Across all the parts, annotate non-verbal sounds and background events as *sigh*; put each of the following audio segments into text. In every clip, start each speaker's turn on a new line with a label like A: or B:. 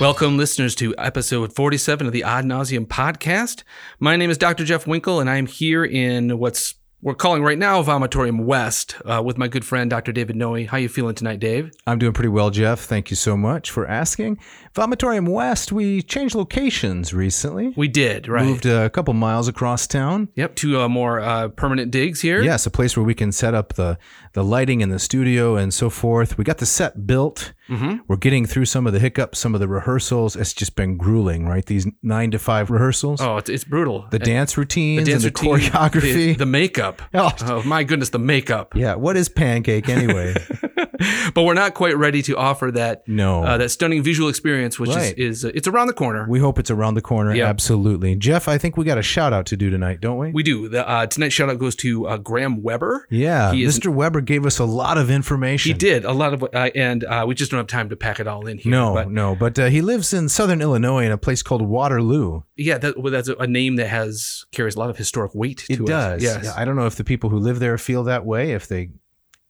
A: Welcome, listeners, to episode 47 of the Odd Nauseum podcast. My name is Dr. Jeff Winkle, and I'm here in what's we're calling right now Vomitorium West uh, with my good friend Dr. David Noe. How you feeling tonight, Dave?
B: I'm doing pretty well, Jeff. Thank you so much for asking. Vomitorium West, we changed locations recently.
A: We did right.
B: Moved a couple miles across town.
A: Yep, to uh, more uh, permanent digs here.
B: Yes, a place where we can set up the, the lighting in the studio and so forth. We got the set built.
A: Mm-hmm.
B: We're getting through some of the hiccups, some of the rehearsals. It's just been grueling, right? These nine to five rehearsals,
A: Oh, it's, it's brutal.
B: the
A: And
B: dance routines,
A: dance
B: and the
A: routine,
B: choreography.
A: the, the makeup.
B: *laughs* Oh.
A: oh my goodness, the makeup.
B: yeah, what is
A: *laughs*
B: pancake anyway?
A: But we're not quite ready to offer that
B: No.
A: uh, that stunning visual experience, which
B: Right.
A: is, is uh, it's around the corner.
B: we hope it's around the corner.
A: Yeah.
B: Absolutely. Jeff, I think we got a shout out to do tonight, don't we?
A: We do. The, uh, tonight's shout out goes to uh, Graham Weber.
B: Yeah,
A: He is-
B: Mr. Weber gave us a lot of information.
A: He did a lot of, uh, and uh, we just don't have time to pack it all in here.
B: No,
A: but
B: no, but uh, he lives in southern Illinois in a place called Waterloo.
A: yeah, that, well, that's a name that has carries a lot of historic weight.
B: It
A: to
B: does.
A: It. Yes.
B: Yeah,
A: *laughs*
B: I don't know if the people who live there feel that way, if they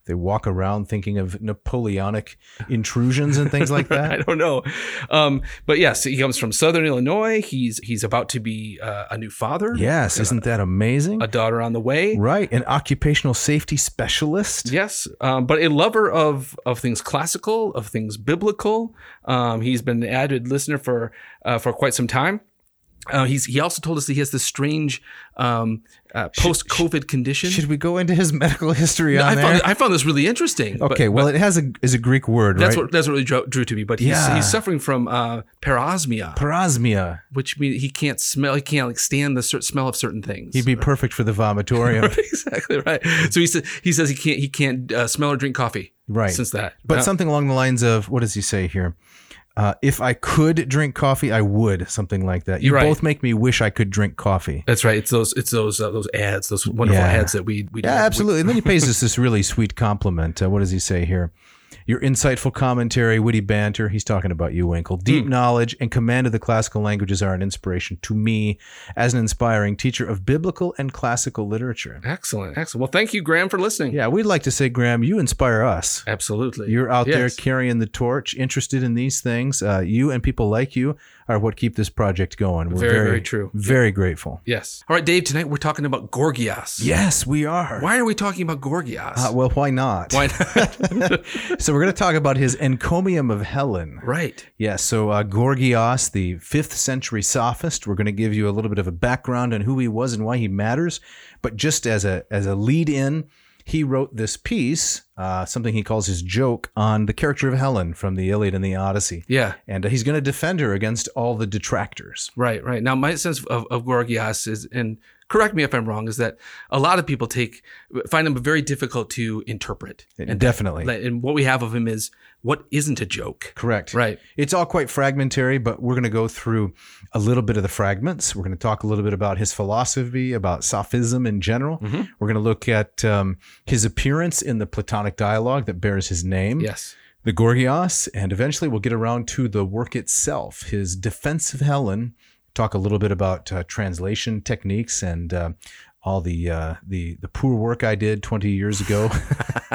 B: they walk around thinking of Napoleonic intrusions and
A: *laughs*
B: things like
A: I
B: that.
A: don't know, um, but yes, he comes from Southern Illinois. He's he's about to be uh, a new father.
B: yes, isn't that amazing?
A: a daughter on the way.
B: right, an occupational safety specialist.
A: Yes, um, but a lover of of things classical, of things biblical. Um, he's been an avid listener for uh, for quite some time. Uh, he's he also told us that he has this strange um, uh, post COVID condition.
B: Should we go into his *laughs* medical history on
A: I
B: there?
A: found, I found this really interesting. but-
B: okay, well, it has a is a Greek word,
A: that's
B: right?
A: what that's what really drew, drew to me. But he's,
B: Yeah.
A: he's suffering from uh, parosmia,
B: Parosmia.
A: which means he can't smell. He can't like stand the cer- smell of certain things.
B: He'd be perfect for the vomitorium,
A: *laughs* exactly right. So he says he says he can't he can't uh, smell or drink coffee
B: right?
A: since that.
B: but
A: Uh,
B: something along the lines of what does he say here? Uh, if I could drink coffee, I would something like that. You
A: You're right.
B: both make me wish I could drink coffee.
A: That's right. It's those it's those uh, those ads, those wonderful
B: Yeah.
A: ads that we we do.
B: Yeah, absolutely. And then he pays us this really sweet compliment. Uh, what does he say here? Your insightful commentary, witty banter. He's talking about you, Winkle.
A: Hmm.
B: Deep knowledge and command of the classical languages are an inspiration to me as an inspiring teacher of biblical and classical literature.
A: Excellent, excellent. Well, thank you, Graham, for listening.
B: Yeah, we'd like to say, Graham, you inspire us.
A: Absolutely.
B: You're out there
A: Yes.
B: carrying the torch, interested in these things. Uh, you and people like you are what keep this project going. We're
A: Very, very true.
B: Very grateful.
A: Yes. All right, Dave. Tonight we're talking about Gorgias.
B: Yes, we are.
A: Why are we talking about Gorgias?
B: Uh, well, why not? *laughs*
A: Why not? *laughs*
B: so we're going to talk about his encomium of Helen.
A: right.
B: Yes, so uh, Gorgias, the fifth century sophist, we're going to give you a little bit of a background on who he was and why he matters. But just as a as a lead in, he wrote this piece, uh, something he calls his joke on the character of Helen from the Iliad and the Odyssey.
A: Yeah.
B: and uh, he's going to defend her against all the detractors.
A: Right, right. Now, my sense of, of Gorgias is, and correct me if I'm wrong, is that a lot of people take find him very difficult to interpret. And,
B: Definitely
A: and what we have of him is what isn't a joke.
B: correct.
A: Right.
B: It's all quite fragmentary, but we're going to go through a little bit of the fragments. We're going to talk a little bit about his philosophy, about sophism in general.
A: Mm-hmm.
B: We're going to look at um, his appearance in the Platonic dialogue that bears his name,
A: Yes.
B: the Gorgias, and eventually we'll get around to the work itself, his defense of Helen. Talk a little bit about uh, translation techniques and uh, all the uh, the the poor work I did 20
A: *laughs*
B: years ago.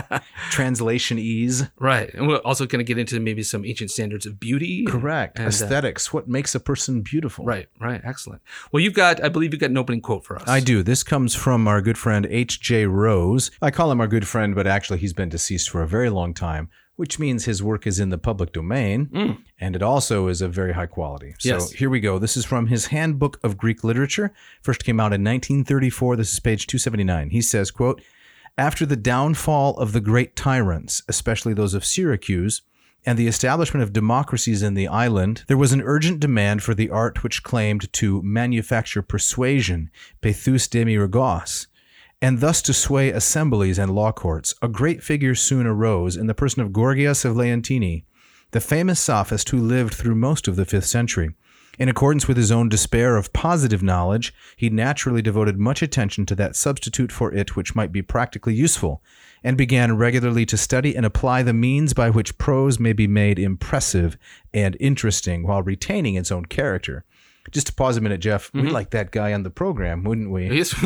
B: *laughs* translation ease.
A: Right. And we're also going to get into maybe some ancient standards of beauty.
B: Correct.
A: And, uh,
B: Aesthetics. what makes a person beautiful?
A: Right, right. Excellent. Well, you've got, I believe you've got an opening quote for us.
B: I do. This comes from our good friend H.J. Rose. I call him our good friend, but actually he's been deceased for a very long time, which means his work is in the public domain
A: Mm.
B: and it also is of very high quality. So
A: Yes.
B: here we go. This is from his Handbook of Greek Literature. First came out in 1934. This is page 279. He says, quote, after the downfall of the great tyrants, especially those of Syracuse, and the establishment of democracies in the island, there was an urgent demand for the art which claimed to manufacture persuasion, pethus demiurgos, and thus to sway assemblies and law courts. A great figure soon arose in the person of Gorgias of Leontini, the famous sophist who lived through most of the fifth century. In accordance with his own despair of positive knowledge, he naturally devoted much attention to that substitute for it which might be practically useful, and began regularly to study and apply the means by which prose may be made impressive and interesting while retaining its own character. Just to pause a minute, Jeff, we'd like that guy on the program, wouldn't
A: *laughs*
B: we?
A: *laughs*
B: *laughs*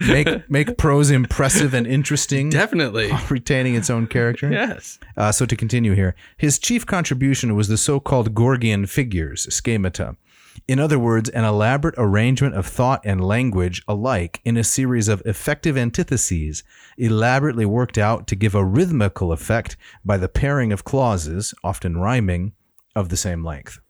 A: Yes,
B: Make make prose impressive and interesting.
A: definitely.
B: while Retaining its own character.
A: Yes.
B: Uh, so to continue here, his chief contribution was the so-called Gorgian figures, schemata. In other words, an elaborate arrangement of thought and language alike in a series of effective antitheses, elaborately worked out to give a rhythmical effect by the pairing of clauses, often rhyming, of the same length.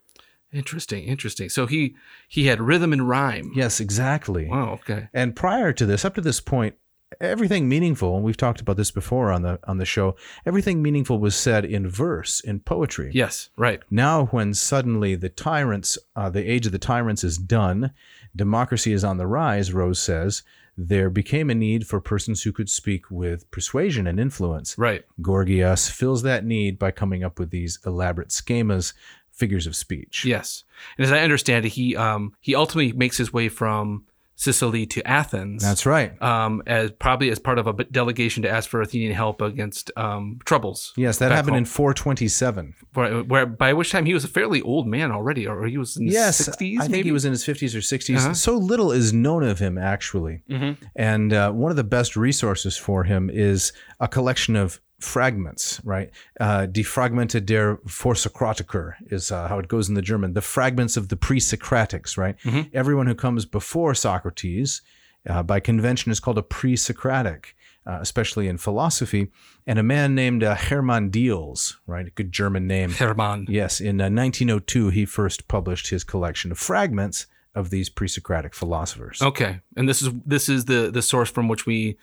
A: Interesting. Interesting. So he he had rhythm and rhyme.
B: Yes, exactly.
A: Wow. Okay.
B: And prior to this, up to this point, everything meaningful, and we've talked about this before on the on the show, everything meaningful was said in verse, in poetry.
A: Yes. Right.
B: Now, when suddenly the tyrants, uh, the age of the tyrants is done, democracy is on the rise, Rose says, there became a need for persons who could speak with persuasion and influence.
A: Right.
B: Gorgias fills that need by coming up with these elaborate schemas, figures of speech.
A: Yes. And as I understand it, he um he ultimately makes his way from Sicily to Athens.
B: That's right.
A: um, as probably as part of a b- delegation to ask for Athenian help against um, troubles.
B: Yes, that
A: Back
B: happened
A: home.
B: in 427.
A: Where, where by which time he was a fairly old man already, or he was in his
B: Yes,
A: 60s.
B: I think
A: maybe?
B: he was in his 50s or 60s.
A: Uh-huh.
B: So little is known of him, actually.
A: Mhm.
B: And uh, one of the best resources for him is a collection of fragments, right? Uh, De Fragmente der Vorsocratiker is uh, how it goes in the German. The fragments of the pre Socratics, right?
A: Mhm.
B: Everyone who comes before Socrates, uh, by convention, is called a pre Socratic. Uh, especially in philosophy, and a man named uh, Hermann Diels, right, a good German name,
A: Hermann.
B: Yes, in uh, 1902, he first published his collection of fragments of these pre Socratic philosophers.
A: Okay, and this is this is the the source from which we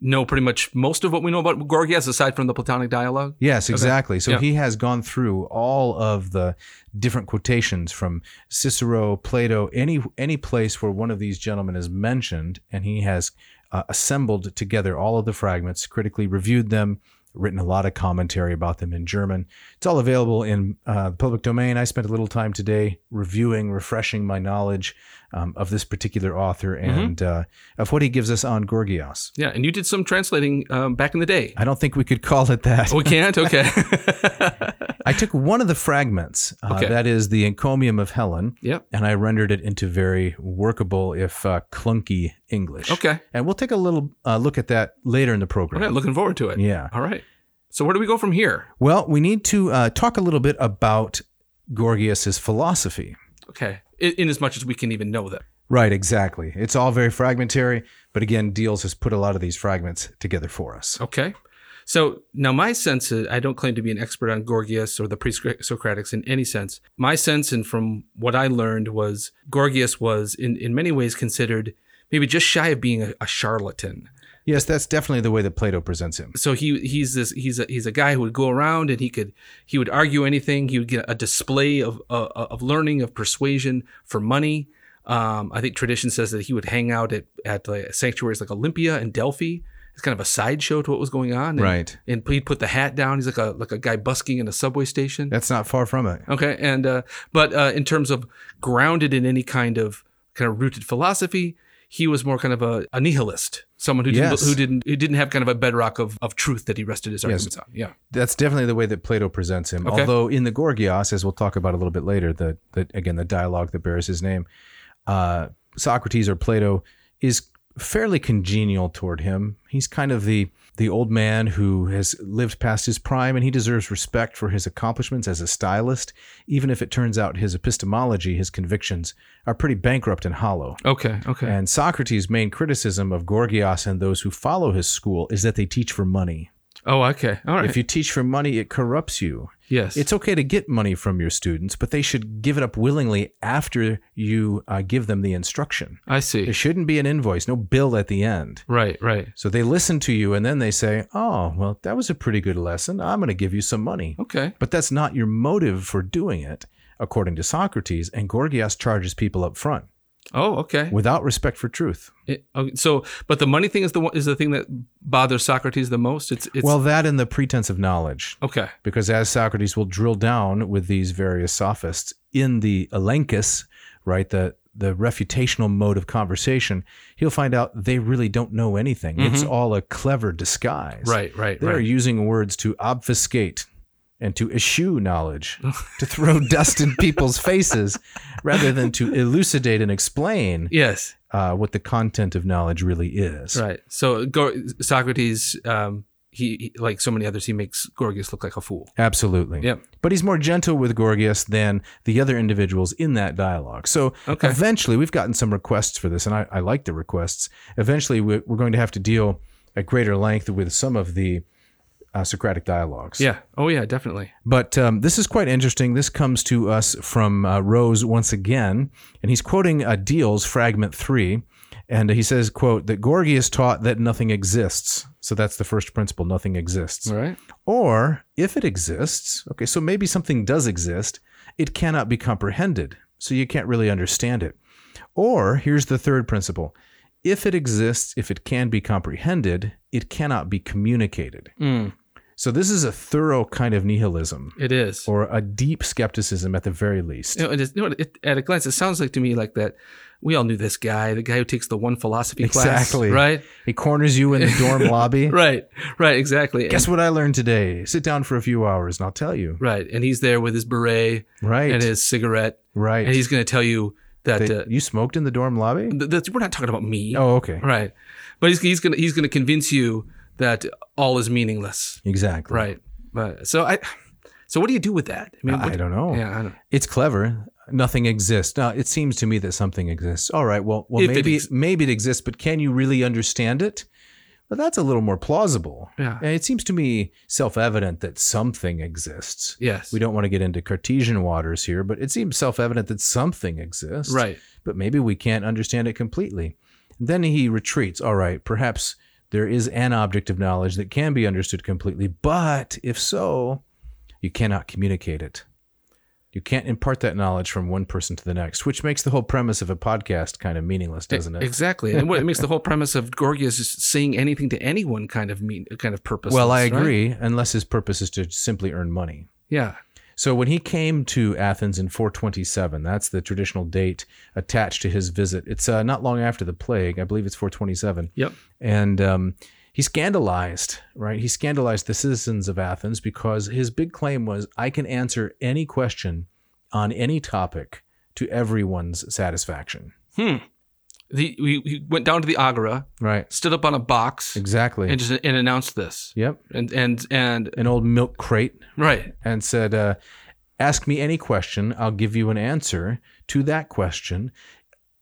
A: know pretty much most of what we know about Gorgias, aside from the Platonic dialogue.
B: Yes, exactly. So
A: Yeah.
B: he has gone through all of the different quotations from Cicero, Plato, any any place where one of these gentlemen is mentioned, and he has uh, assembled together all of the fragments, critically reviewed them, written a lot of commentary about them in German. It's all available in uh, the public domain. I spent a little time today reviewing, refreshing my knowledge um, of this particular author and uh, of what he gives us on Gorgias.
A: Yeah, and you did some translating um, back in the day.
B: I don't think we could call it that.
A: we
B: *laughs*
A: can't. Okay. *laughs*
B: I took one of the fragments, uh,
A: Okay.
B: that is the encomium of Helen,
A: yep.
B: and I rendered it into very workable, if uh, clunky, English.
A: Okay.
B: And we'll take a little uh, look at that later in the program.
A: Okay. Looking forward to it.
B: Yeah.
A: All right. So where do we go from here?
B: Well, we need to uh, talk a little bit about Gorgias's philosophy.
A: Okay. In, in as much as we can even know that.
B: Right, exactly. It's all very fragmentary, but again, Diels has put a lot of these fragments together for us.
A: Okay. So now my sense is I don't claim to be an expert on Gorgias or the pre Socratics in any sense. My sense, and from what I learned, was Gorgias was in, in many ways considered maybe just shy of being a, a charlatan.
B: Yes, that's definitely the way that Plato presents him.
A: So he he's this he's a he's a guy who would go around and he could he would argue anything. He would get a display of uh, of learning of persuasion for money. Um, I think tradition says that he would hang out at at like sanctuaries like Olympia and Delphi. It's kind of a sideshow to what was going on. And-
B: Right.
A: and he'd put the hat down. He's like a like a guy busking in a subway station.
B: That's not far from it.
A: Okay, and uh, but uh, in terms of grounded in any kind of kind of rooted philosophy, he was more kind of a, a nihilist, someone who didn't
B: Yes.
A: who didn't who didn't have kind of a bedrock of, of truth that he rested his arguments on. Yeah,
B: That's definitely the way that Plato presents him.
A: Okay.
B: Although in the Gorgias, as we'll talk about a little bit later, the, the again the dialogue that bears his name, uh, Socrates or Plato is fairly congenial toward him. He's kind of the the old man who has lived past his prime, and he deserves respect for his accomplishments as a stylist, even if it turns out his epistemology, his convictions, are pretty bankrupt and hollow.
A: Okay. Okay.
B: And Socrates' main criticism of Gorgias and those who follow his school is that they teach for money.
A: oh, okay. All right.
B: If you teach for money, it corrupts you.
A: yes.
B: It's okay to get money from your students, but they should give it up willingly after you uh, give them the instruction.
A: I
B: There
A: see.
B: shouldn't be an invoice, no bill at the end.
A: Right. Right.
B: So they listen to you and then they say, Oh, well, that was a pretty good lesson. I'm going to give you some money.
A: Okay.
B: But that's not your motive for doing it, according to Socrates, and Gorgias charges people up front.
A: Oh, okay.
B: without respect for truth.
A: It- okay. So, but the money thing is the one- is the thing that bothers Socrates the most. It's it's
B: well, that and the pretense of knowledge.
A: okay.
B: because as Socrates will drill down with these various sophists in the elenchus, right, the the refutational mode of conversation, he'll find out they really don't know anything. It's all a clever disguise.
A: Mm-hmm. Right, right,
B: They are
A: right.
B: using words to obfuscate and to eschew knowledge,
A: *laughs*
B: to throw dust in people's faces, rather than to elucidate and explain
A: yes,
B: uh, what the content of knowledge really is.
A: right. So, Go- Socrates, um, he, he like so many others, he makes Gorgias look like a fool.
B: Absolutely.
A: Yep.
B: But he's more gentle with Gorgias than the other individuals in that dialogue. So
A: Okay.
B: eventually, we've gotten some requests for this, and I, I like the requests. Eventually, we- we're going to have to deal at greater length with some of the uh, Socratic dialogues.
A: Yeah. Oh, yeah. Definitely.
B: But um, this is quite interesting. This comes to us from uh, Rose once again, and he's quoting uh, Deals, Fragment 3, and he says, quote, that Gorgias taught that nothing exists. So that's the first principle, nothing exists.
A: All right.
B: Or if it exists, okay, so maybe something does exist, it cannot be comprehended, so you can't really understand it. Or here's the third principle if it exists, if it can be comprehended, it cannot be communicated.
A: Mm,
B: So this is a thorough kind of nihilism
A: it is.
B: or a deep skepticism at the very least.
A: You know, it is, you know, it, at a glance, it sounds like to me like that. We all knew this guy, the guy who takes the one philosophy class.
B: Exactly.
A: Right.
B: He corners you in the
A: *laughs*
B: dorm lobby.
A: Right. Right. Exactly.
B: Guess what I learned today? Sit down for a few hours and I'll tell you.
A: And, right. And he's there with his beret
B: Right.
A: and his cigarette,
B: right.
A: and he's going to tell you that
B: They-
A: uh,
B: you smoked in the dorm lobby?
A: th- that's, we're not talking about me.
B: Oh, okay.
A: Right. But he's, he's gonna he's gonna convince you that all is meaningless.
B: Exactly.
A: Right. But so I so what do you do with that? I mean,
B: I
A: what-
B: don't know.
A: Yeah, I don't.
B: It's clever. Nothing exists. Now, it seems to me that something exists. All right. Well, well,
A: If it
B: maybe
A: ex-
B: maybe it exists, but can you really understand it? Well, that's a little more plausible.
A: Yeah.
B: And it seems to me self-evident that something exists.
A: Yes.
B: We don't want to get into Cartesian waters here, but it seems self-evident that something exists.
A: Right.
B: But maybe we can't understand it completely. Then he retreats. All right. Perhaps there is an object of knowledge that can be understood completely, but if so, you cannot communicate it. You can't impart that knowledge from one person to the next, which makes the whole premise of a podcast kind of meaningless,
A: E,
B: doesn't it?
A: Exactly. And what it makes the whole premise of Gorgias just saying anything to anyone kind of mean kind of purpose.
B: Well, I agree, unless his purpose is to simply earn money.
A: Yeah.
B: So when he came to Athens in 427, that's the traditional date attached to his visit. It's uh, not long after the plague. I believe it's 427.
A: Yep.
B: and um, he scandalized right he scandalized the citizens of athens because his big claim was i can answer any question on any topic to everyone's satisfaction
A: The, we, we went down to the agora,
B: right
A: stood up on a box,
B: exactly
A: and just and announced this.
B: yep
A: And and and
B: an old milk crate
A: right.
B: and said uh, ask me any question i'll give you an answer to that question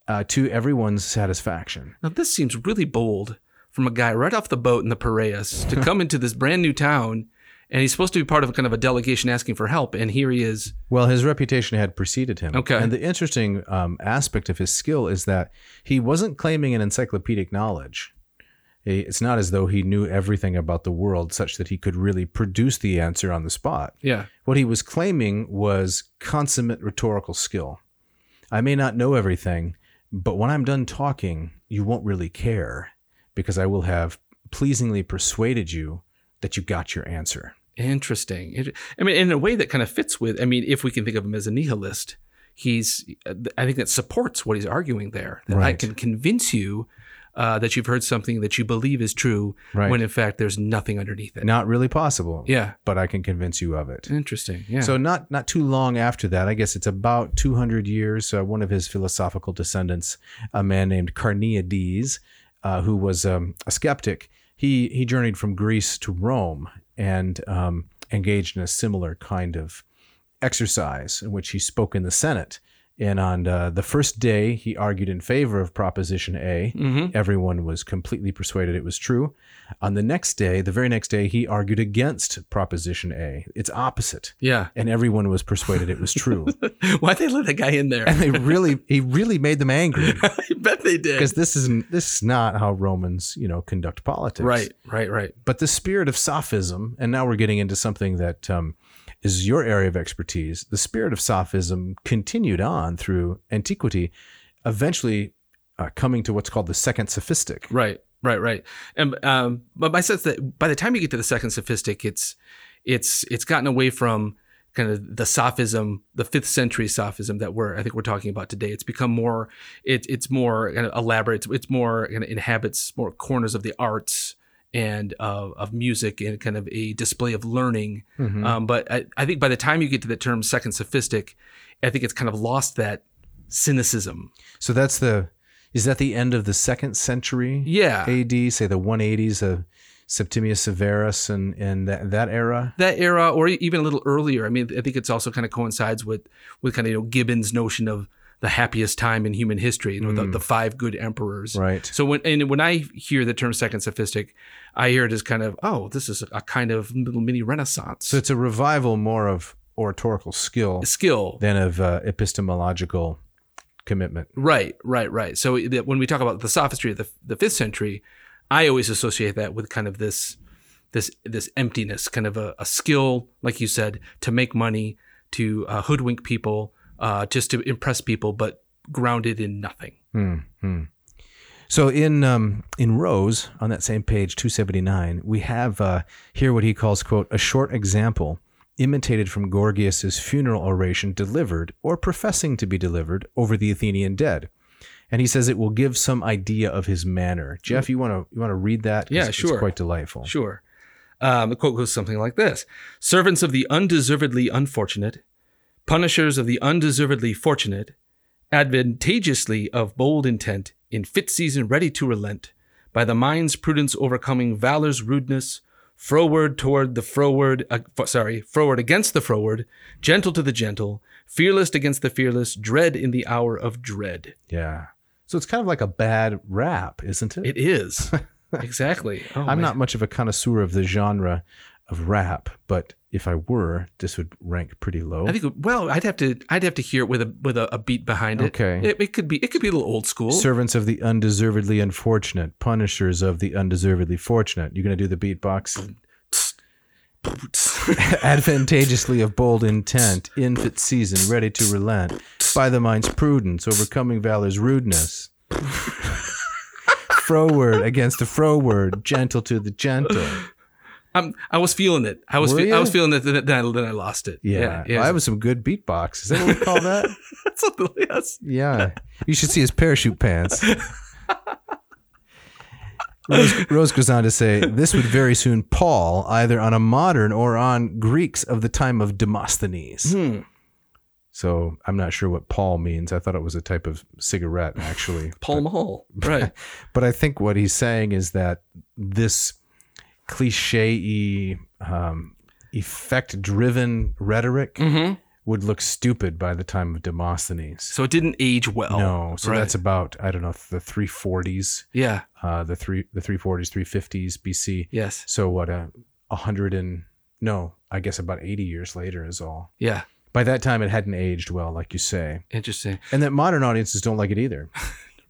B: uh, to everyone's satisfaction
A: Now this seems really bold from a guy right off the boat in the *laughs* Piraeus to come into this brand new town, and he's supposed to be part of a kind of a delegation asking for help, and here he is.
B: Well, his reputation had preceded him.
A: Okay.
B: And the interesting um, aspect of his skill is that he wasn't claiming an encyclopedic knowledge. He- It's not as though he knew everything about the world such that he could really produce the answer on the spot.
A: Yeah.
B: What he was claiming was consummate rhetorical skill. I may not know everything, but when I'm done talking, you won't really care because I will have pleasingly persuaded you that you got your answer.
A: Interesting. It- I mean, in a way that kind of fits with. I mean, if we can think of him as a nihilist, he's. uh, I think that supports what he's arguing there. That I
B: Right.
A: can convince you uh, that you've heard something that you believe is true,
B: Right.
A: when in fact there's nothing underneath it.
B: Not really possible.
A: Yeah.
B: But I can convince you of it.
A: Interesting. Yeah.
B: So not not too long after that, I guess it's about 200 years. Uh, one of his philosophical descendants, a man named Carneades, uh, who was um, a skeptic, he he journeyed from Greece to Rome and um, engaged in a similar kind of exercise in which he spoke in the Senate. And on uh, the first day, he argued in favor of Proposition A.
A: Mhm.
B: Everyone was completely persuaded it was true. On the next day, the very next day, he argued against Proposition A, its opposite
A: Yeah. *laughs*
B: and everyone was persuaded it was true.
A: Why'd they let that guy in there?
B: and they really, he really made them angry
A: *laughs* I bet they did.
B: because this is this is not how Romans, you know, conduct politics.
A: Right. Right. Right.
B: But the spirit of sophism, and now we're getting into something that um, is your area of expertise. The spirit of sophism continued on through antiquity. eventually uh, coming to what's called the second sophistic.
A: Right, right, right. And um, but my sense that by the time you get to the second sophistic, it's it's it's gotten away from kind of the sophism, the fifth century sophism that we're I think we're talking about today. It's become more it, it's more kind of elaborate. It's, it's more kind of inhabits more corners of the arts and uh, of music and kind of a display of learning.
B: Mhm.
A: Um, but I, I think by the time you get to the term second sophistic, I think it's kind of lost that cynicism.
B: So that's the is that the end of the second century
A: Yeah.
B: AD, say the 180s of Septimius Severus and and that that era.
A: that era or even a little earlier i mean i think it's also kind of coincides with with kind of you know gibbon's notion of the happiest time in human history you know the, the five good emperors
B: Mm. Right.
A: so when and when i hear the term second sophistic i hear it as kind of oh this is a kind of little mini renaissance
B: So it's a revival more of oratorical skill
A: skill
B: than of uh, epistemological commitment.
A: right right right so that when we talk about the sophistry of the, the fifth century i always associate that with kind of this this this emptiness kind of a, a skill like you said to make money to uh, hoodwink people uh, just to impress people but grounded in nothing
B: Hmm, hmm. So in um, in Rose on that same page 279, we have uh, here what he calls quote a short example imitated from Gorgias's funeral oration delivered or professing to be delivered over the Athenian dead. And he says it will give some idea of his manner. Jeff, you want to you want to read that? 'Cause
A: Hmm. Yeah,
B: it's
A: sure.
B: quite delightful.
A: Sure. Um, the quote goes something like this Servants of the undeservedly unfortunate, punishers of the undeservedly fortunate, advantageously of bold intent, in fit season ready to relent, by the mind's prudence overcoming valor's rudeness, froward toward the froward, uh, fo- sorry, froward against the froward, gentle to the gentle, fearless against the fearless, dread in the hour of dread.
B: Yeah. So it's kind of like a bad rap, isn't it?
A: It
B: *laughs*
A: is. exactly. Oh, man.
B: I'm not much of a connoisseur of the genre of rap, but if I were, this would rank pretty low.
A: I think well, I'd have to I'd have to hear it with a with a, a beat behind it.
B: Okay.
A: It, it could be it could be a little old school.
B: Servants of the undeservedly unfortunate, punishers of the undeservedly fortunate. You're going to do the
A: *laughs*
B: beatbox. Advantageously of bold intent, in fit season, ready to relent, by the mind's prudence, overcoming
A: *laughs*
B: valor's rudeness. froward against the froward, gentle to the gentle.
A: I'm, Um, I was feeling it. I was
B: Were
A: fe-
B: you?
A: I was feeling it. Then, then I, then I lost it.
B: Yeah,
A: *laughs* yeah.
B: that was some good beatbox. Is that what we call that?
A: *laughs* Something like- yes. *laughs*
B: Yeah. You should see his parachute pants. Rose, Rose goes on to say, this would very soon pall either on a modern or on Greeks of the time of Demosthenes.
A: Hmm.
B: So I'm not sure what Paul means. I thought it was a type of cigarette, actually.
A: Paul
B: *laughs*
A: Mall. Right.
B: But I think what he's saying is that this cliche um, effect driven rhetoric
A: hmm
B: would look stupid by the time of Demosthenes.
A: So it didn't age well.
B: no. So
A: Right.
B: that's about, I don't know, the 340s.
A: yeah.
B: uh, the three the three forties, three fifties BC.
A: Yes.
B: So what a a hundred and no, I guess about eighty years later is all.
A: Yeah.
B: By that time, it hadn't aged well, like you say,
A: Interesting.
B: and that modern audiences don't like it either.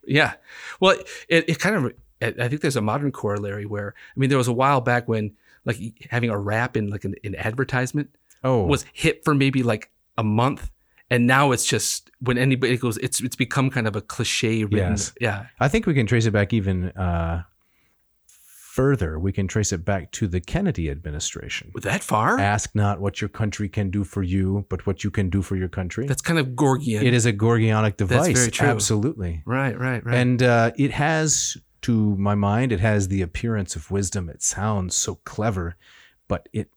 A: Yeah. Well, it, it kind of I I think there's a modern corollary where I mean there was a while back when like having a rap in like an, an advertisement
B: Oh,
A: was hit for maybe like a month and now it's just when anybody goes it's it's become kind of a cliche written
B: Yes.
A: yeah
B: I think we can trace it back even uh, further. We can trace it back to the Kennedy administration.
A: With that far
B: Ask not what your country can do for you, but what you can do for your country.
A: that's kind of gorgian
B: it is a Gorgionic device.
A: very true.
B: Absolutely.
A: right right right
B: And uh, it has, to my mind, it has the appearance of wisdom. It sounds so clever, but it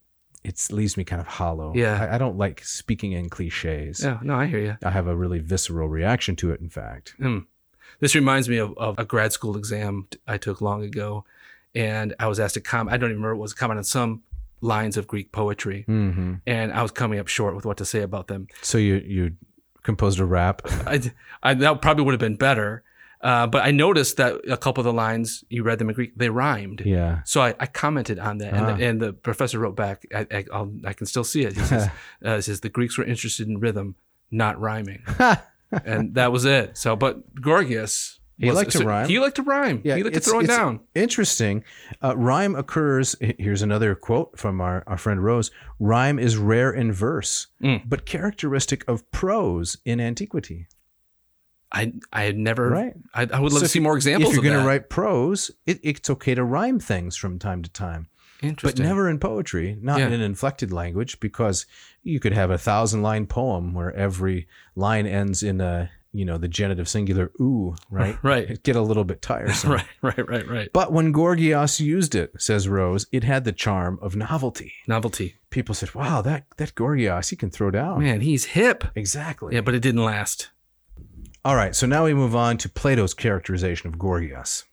B: it leaves me kind of hollow.
A: Yeah.
B: I, I don't like speaking in cliches.
A: yeah no i hear you
B: I have a really visceral reaction to it. In fact,
A: this reminds me of, of a grad school exam t- i took long ago and i was asked to comment i don't even remember what it was comment on some lines of greek poetry
B: hmm
A: and i was coming up short with what to say about them
B: so you you composed a rap.
A: I, I that probably would have been better uh, but i noticed that a couple of the lines you read them in greek they rhymed
B: yeah.
A: So I, I commented on that, and,
B: Ah.
A: the, and the professor wrote back. I, I, I'll, I can still see it. He
B: *laughs*
A: says, uh, he says the Greeks were interested in rhythm, not
B: *laughs*
A: rhyming, and that was it. So, but Gorgias,
B: He
A: was-
B: liked to rhyme.
A: He liked to rhyme.
B: Yeah,
A: he liked to
B: it's-
A: throw it
B: it's-
A: down.
B: Interesting. Uh, rhyme occurs. h- Here's another quote from our, our friend Rose. Rhyme is rare in verse,
A: Mm.
B: but characteristic of prose in antiquity.
A: I I had never.
B: Right.
A: I, I would love
B: So
A: to see more examples.
B: if you're
A: of
B: going
A: that.
B: to write prose, it, it's okay to rhyme things from time to time, but
A: Interesting.
B: never in poetry, not
A: Yeah.
B: in an inflected language, because you could have a thousand line poem where every line ends in a you know the genitive singular
A: *laughs*
B: ooh, right?
A: Right.
B: It'd get a little bit tiresome.
A: Right. Right. Right. Right.
B: But when Gorgias used it, says Rose, it had the charm of novelty.
A: Novelty.
B: People said, "Wow, that that Gorgias, he can throw down."
A: Man, he's hip.
B: Exactly.
A: Yeah, but it didn't last.
B: All right, so now we move on to Plato's characterization of Gorgias.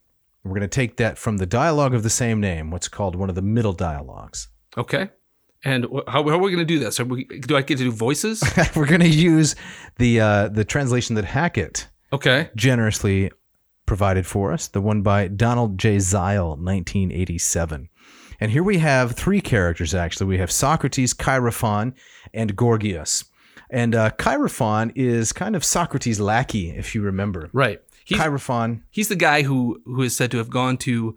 B: We're going to take that from the dialogue of the same name, what's called one of the middle dialogues. *laughs*
A: Okay. And wh- how, how are we going to do this? Are we, do I get to do voices?
B: We're going to use the uh, the translation that Hackett
A: Okay.
B: generously provided for us, the one by Donald J. Zeil, 1987. And here we have three characters, actually. We have Socrates, Chaerephon, and Gorgias. And uh, Chaerephon is kind of Socrates' lackey, if you remember.
A: Right. He's,
B: Chaerephon,
A: he's the guy who who is said to have gone to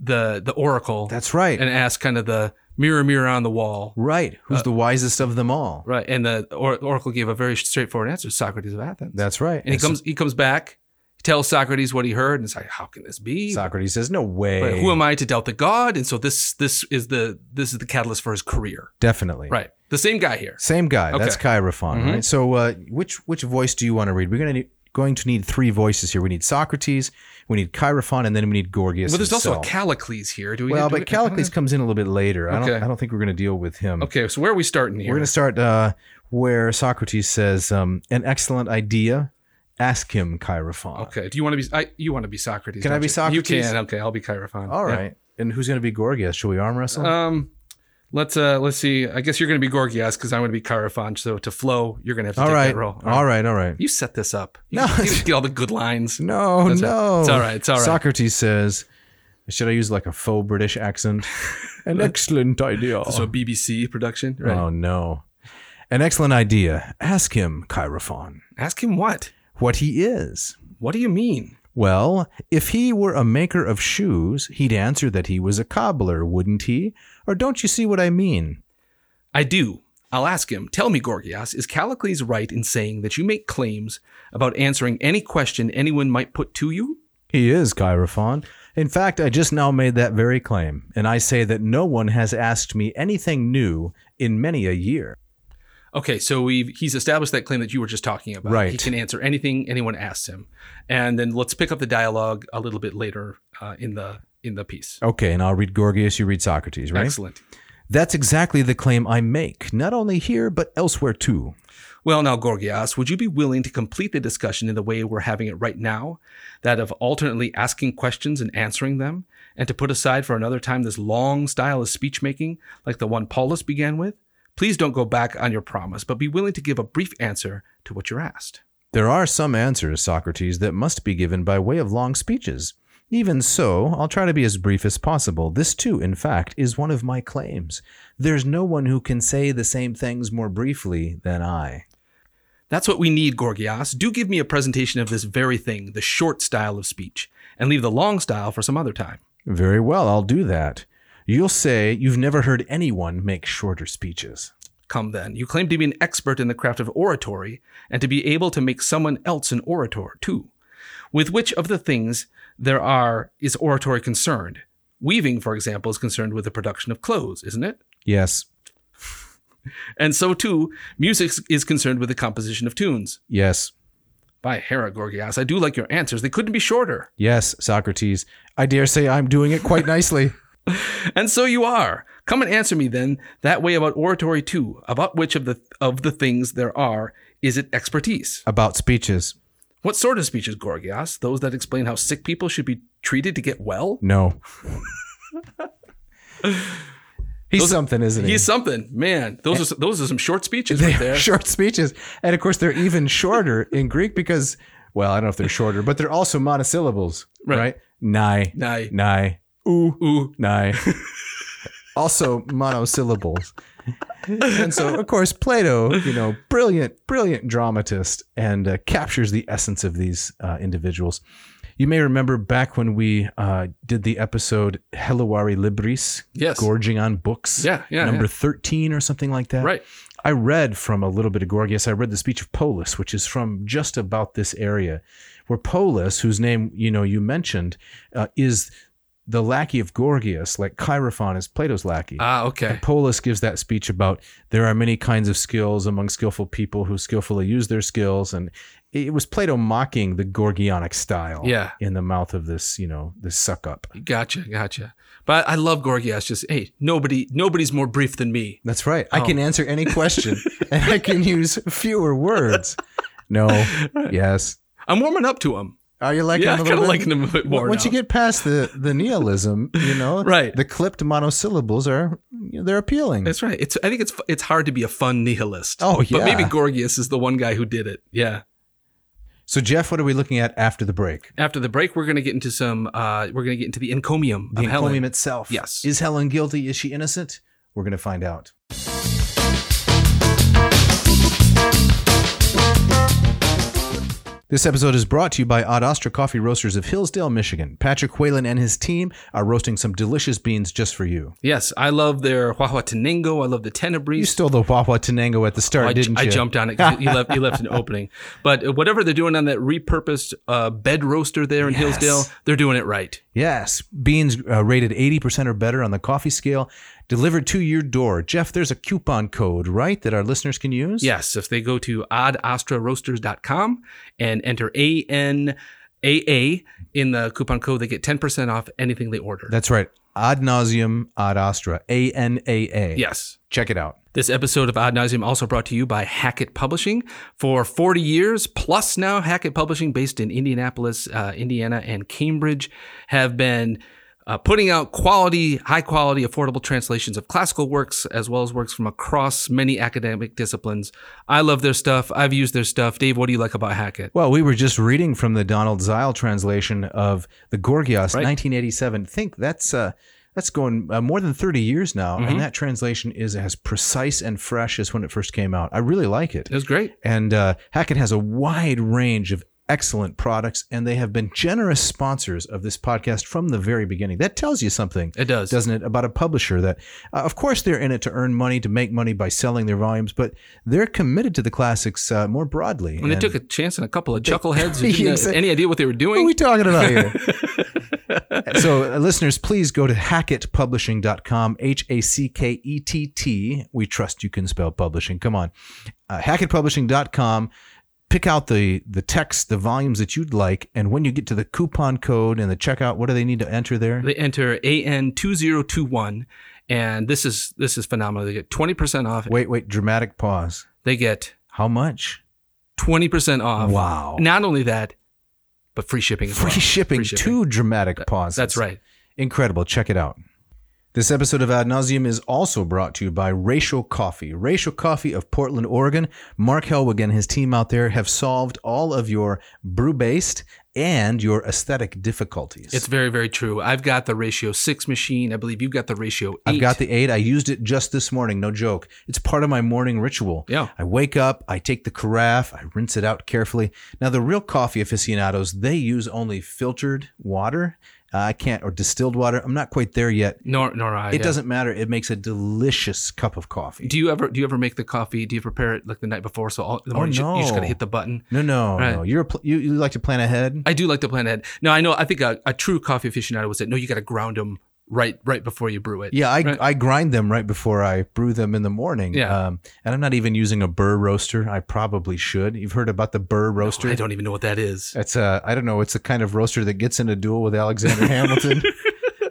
A: the the oracle
B: that's right.
A: and asked kind of the mirror mirror on the wall.
B: Right. Who's the wisest of them all?
A: Uh, Right. And the or, oracle gave a very straightforward answer, Socrates of Athens.
B: That's right.
A: and he
B: so
A: comes he comes back, he tells Socrates what he heard and it's like how can this be?
B: Socrates says, "No way.
A: But who am I to doubt the god? And so this this is the this is the catalyst for his career.
B: Definitely.
A: Right. The same guy here.
B: Same guy. That's
A: Okay. Mm-hmm.
B: Chaerephon, right? So, uh, which which voice do you want to read? We're gonna need, going to need three voices here. We need Socrates, we need Chaerephon, and then we need Gorgias.
A: But there's also a
B: himself.
A: Callicles here. Do we
B: well,
A: do
B: but
A: we-
B: Callicles comes in a little bit later. I don't.
A: Okay.
B: I don't think we're gonna deal with him.
A: Okay, so where are we starting here?
B: We're gonna start uh, where Socrates says, um, "An excellent idea. Ask him, Chaerephon."
A: Okay. Do you want to be? I, you want to be Socrates?
B: Can I
A: don't
B: be
A: you?
B: Socrates?
A: You can. Okay, I'll be Chirophon.
B: All
A: Yeah.
B: right. And who's gonna be Gorgias? Shall we arm wrestle?
A: Um, let's uh, let's see. I guess you're going to be Gorgias because I'm going to be Chirophon. So to flow, you're going to have to
B: all
A: take
B: right.
A: that role.
B: All right. All right.
A: You set this up. You,
B: No.
A: *laughs* you just get all the good lines.
B: No,
A: That's all-
B: no.
A: it's all right, it's all right.
B: Socrates says, should I use like a faux
A: *laughs*
B: British accent? An excellent idea.
A: So BBC production. Right.
B: Oh, no. An excellent idea. Ask him, Chirophon,
A: Ask him what?
B: what he is.
A: What do you mean?
B: Well, if he were a maker of shoes, he'd answer that he was a cobbler, wouldn't he? Or don't you see what I mean?
A: I do. I'll ask him. Tell me, Gorgias, is Callicles right in saying that you make claims about answering any question anyone might put to you?
B: He is, Chirophon. In fact, I just now made that very claim, and I say that no one has asked me anything new in many a year.
A: Okay, so we've he's established that claim that you were just talking about.
B: Right.
A: He can answer anything anyone asks him, and then let's pick up the dialogue a little bit later uh, in the in the piece.
B: Okay, and I'll read Gorgias, you read Socrates, right?
A: Excellent.
B: That's exactly the claim I make, not only here, but elsewhere too.
A: Well, now Gorgias, would you be willing to complete the discussion in the way we're having it right now, that of alternately asking questions and answering them, and to put aside for another time this long style of speech making like the one Paulus began with? Please don't go back on your promise, but be willing to give a brief answer to what you're asked.
B: There are some answers, Socrates, that must be given by way of long speeches. Even so, I'll try to be as brief as possible. This, too, in fact, is one of my claims. There's no one who can say the same things more briefly than I.
A: That's what we need, Gorgias. Do give me a presentation of this very thing, the short style of speech, and leave the long style for some other time.
B: Very well, I'll do that. You'll say you've never heard anyone make shorter speeches.
A: Come then, you claim to be an expert in the craft of oratory, and to be able to make someone else an orator, too. With which of the things there are is oratory concerned? Weaving, for example, is concerned with the production of clothes, isn't it?
B: Yes,
A: And so, too, music is concerned with the composition of tunes.
B: yes,
A: By Hera, Gorgias, I do like your answers. They couldn't be shorter.
B: yes, Socrates. I dare say I'm doing it quite nicely.
A: And so you are. Come and answer me then that way about oratory too, about which of the of the things there are is it expertise?
B: About speeches.
A: What sort of speeches, Gorgias? Those that explain how sick people should be treated to get well? *laughs*
B: No. He's
A: Those-
B: something, isn't he?
A: He's something, man. Those are those are some short speeches
B: They
A: right
B: are
A: there.
B: *laughs* short speeches. And of course, they're even shorter in Greek because, well, I don't know if they're shorter, but they're also monosyllables,
A: Right.
B: right? Nigh,
A: Nigh.
B: nigh, ooh,
A: Ooh,
B: nigh. *laughs* also monosyllables. And so, of course, Plato, you know, brilliant, brilliant dramatist and uh, captures the essence of these uh, individuals. You may remember back when we uh, did the episode Helluari Libris,
A: Yes.
B: gorging on books.
A: Yeah, yeah,
B: Number
A: yeah.
B: 13 or something like that.
A: Right.
B: I read from a little bit of Gorgias. I read the speech of Polus, which is from just about this area, where Polus, whose name you know you mentioned, uh, is the lackey of Gorgias, like Chaerephon is Plato's lackey.
A: Ah, okay.
B: And Polus gives that speech about there are many kinds of skills among skillful people who skillfully use their skills, and it was Plato mocking the Gorgionic style.
A: Yeah.
B: In the mouth of this, you know, this suck up.
A: Gotcha, gotcha. But I love Gorgias. Just hey, nobody, nobody's more brief than me.
B: That's right.
A: Oh.
B: I can answer any question, and
A: *laughs*
B: I can use fewer words. No. Yes.
A: I'm warming up to him.
B: Are you liking
A: yeah,
B: it
A: I'm
B: a
A: kind
B: little
A: of
B: bit?
A: liking him a bit more.
B: Once
A: now.
B: you get past the the nihilism, you know,
A: *laughs* Right.
B: The clipped monosyllables are they're appealing.
A: That's right. It's I think it's it's hard to be a fun nihilist.
B: Oh,
A: But maybe
B: yeah.
A: Gorgias is the one guy who did it. Yeah.
B: so, Jeff, what are we looking at after the break?
A: After the break, we're gonna get into some. Uh, we're gonna get into the encomium
B: The
A: of Helen.
B: encomium itself.
A: Yes.
B: Is Helen guilty? Is she innocent? We're going to find out. This episode is brought to you by Ad Astra Coffee Roasters of Hillsdale, Michigan. Patrick Whalen and his team are roasting some delicious beans just for you.
A: Yes, I love their Huahuatenango. I love the
B: You
A: Tenebris.
B: stole the Wawa Tenango at the start,
A: I, ju-
B: didn't
A: I
B: you?
A: jumped on it because you left you left an
B: *laughs*
A: opening. But whatever they're doing on that repurposed uh, bed roaster there in
B: Yes.
A: Hillsdale, they're doing it right.
B: Yes, beans uh, rated 80% or better on the coffee scale, delivered to your door. Jeff, there's a coupon code, right, that our listeners can use?
A: Yes, if they go to oddastraroasters.com and enter ANAA in the coupon code, they get 10% off anything they order.
B: That's right. Ad nauseum, ad astra, A N A A.
A: yes.
B: Check it out.
A: This episode of Ad Nauseam also brought to you by Hackett Publishing. For 40 years plus now, Hackett Publishing, based in Indianapolis, uh, Indiana, and Cambridge, have been uh, putting out quality, high quality, affordable translations of classical works as well as works from across many academic disciplines. I love their stuff. I've used their stuff. Dave, what do you like about Hackett?
B: Well, we were just reading from the Donald Zeil translation of the Gorgias,
A: Right.
B: 1987. Think that's uh, that's going uh, more than 30 years now, and that translation is as precise and fresh as when it first came out. I really like it.
A: It was great.
B: And uh, Hackett has a wide range of excellent products, and they have been generous sponsors of this podcast from the very beginning. That tells you something.
A: It does.
B: Doesn't it? About a publisher that, uh, of course, they're in it to earn money, to make money by selling their volumes, but they're committed to the classics uh, more broadly.
A: And they took a chance on a couple of chuckleheads *laughs* who didn't have
B: Exactly.
A: any idea what they were
B: What are
A: doing.
B: we talking about here? *laughs* so, uh, listeners, please go to hackettpublishing.com, H A C K E T T. We trust you can spell publishing. Come on. Uh, hackettpublishing.com. Pick out the, the text, the volumes that you'd like. And when you get to the coupon code and the checkout, what do they need to enter there?
A: They enter AN2021. And this is this is phenomenal. They get 20% off
B: Wait, wait, dramatic pause.
A: they get
B: How much?
A: 20% off.
B: Wow.
A: Not only that, but free shipping as
B: Free
A: well.
B: shipping,
A: Free
B: Two
A: shipping.
B: dramatic pauses.
A: That's right.
B: Incredible. Check it out. This episode of Ad Nauseum is also brought to you by Racial Coffee. Racial Coffee of Portland, Oregon. Mark Helwig and his team out there have solved all of your brew based and your aesthetic difficulties.
A: It's very, very true. I've got the ratio six machine. I believe you've got the ratio eight.
B: I've got the eight. I used it just this morning. No joke. It's part of my morning ritual.
A: Yeah.
B: I wake up, I take the carafe, I rinse it out carefully. Now, the real coffee aficionados, they use only filtered water. Uh, I can't, or distilled water. I'm not quite there yet.
A: nor nor I.
B: It
A: yeah.
B: doesn't matter. It makes a delicious cup of coffee.
A: Do you ever do you ever make the coffee? Do you prepare it like the night before? So all, in the morning you, you just
B: Oh, no.
A: gotta hit the button.
B: No, no,
A: Right.
B: no. You're a pl- you, you like to plan ahead.
A: I do like to plan ahead. No, I know. I think a, a true coffee aficionado would say, no, you gotta ground them right right before you brew it.
B: yeah, I,
A: Right.
B: I grind them right before I brew them in the morning.
A: Yeah.
B: Um, and I'm not even using a burr roaster. I probably should. You've heard about the burr roaster.
A: I don't even know what that is.
B: It's a I don't know. It's the kind of roaster that gets in a duel with
A: *laughs*
B: Alexander Hamilton.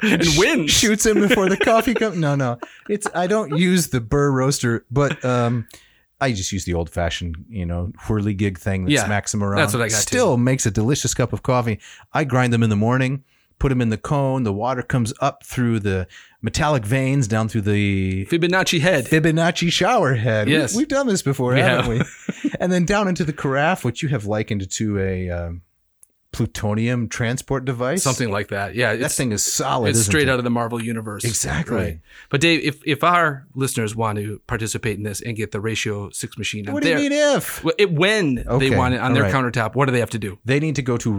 A: and wins.
B: shoots him before the coffee comes. No, no. It's I don't use the burr roaster, but um, I just use the old fashioned, you know, whirly gig thing that
A: Yeah,
B: smacks them around.
A: that's what I got, too.
B: Still makes a delicious cup of coffee. I grind them in the morning, put them in the cone. The water comes up through the metallic veins down through the
A: Fibonacci head.
B: Fibonacci shower head.
A: Yes.
B: We, have done this before,
A: We *laughs*
B: haven't we? and then down into the carafe, which you have likened to a um, plutonium transport device.
A: something like that. Yeah,
B: That
A: it's,
B: thing is solid.
A: it's
B: isn't
A: straight
B: it?
A: out of the Marvel universe.
B: Exactly.
A: Right. But Dave, if if our listeners want to participate in this and get the ratio six machine on
B: What do
A: their,
B: you mean if?
A: Well, it, when
B: Okay,
A: they want it on their
B: all right.
A: countertop, what do they have to do?
B: They need to go to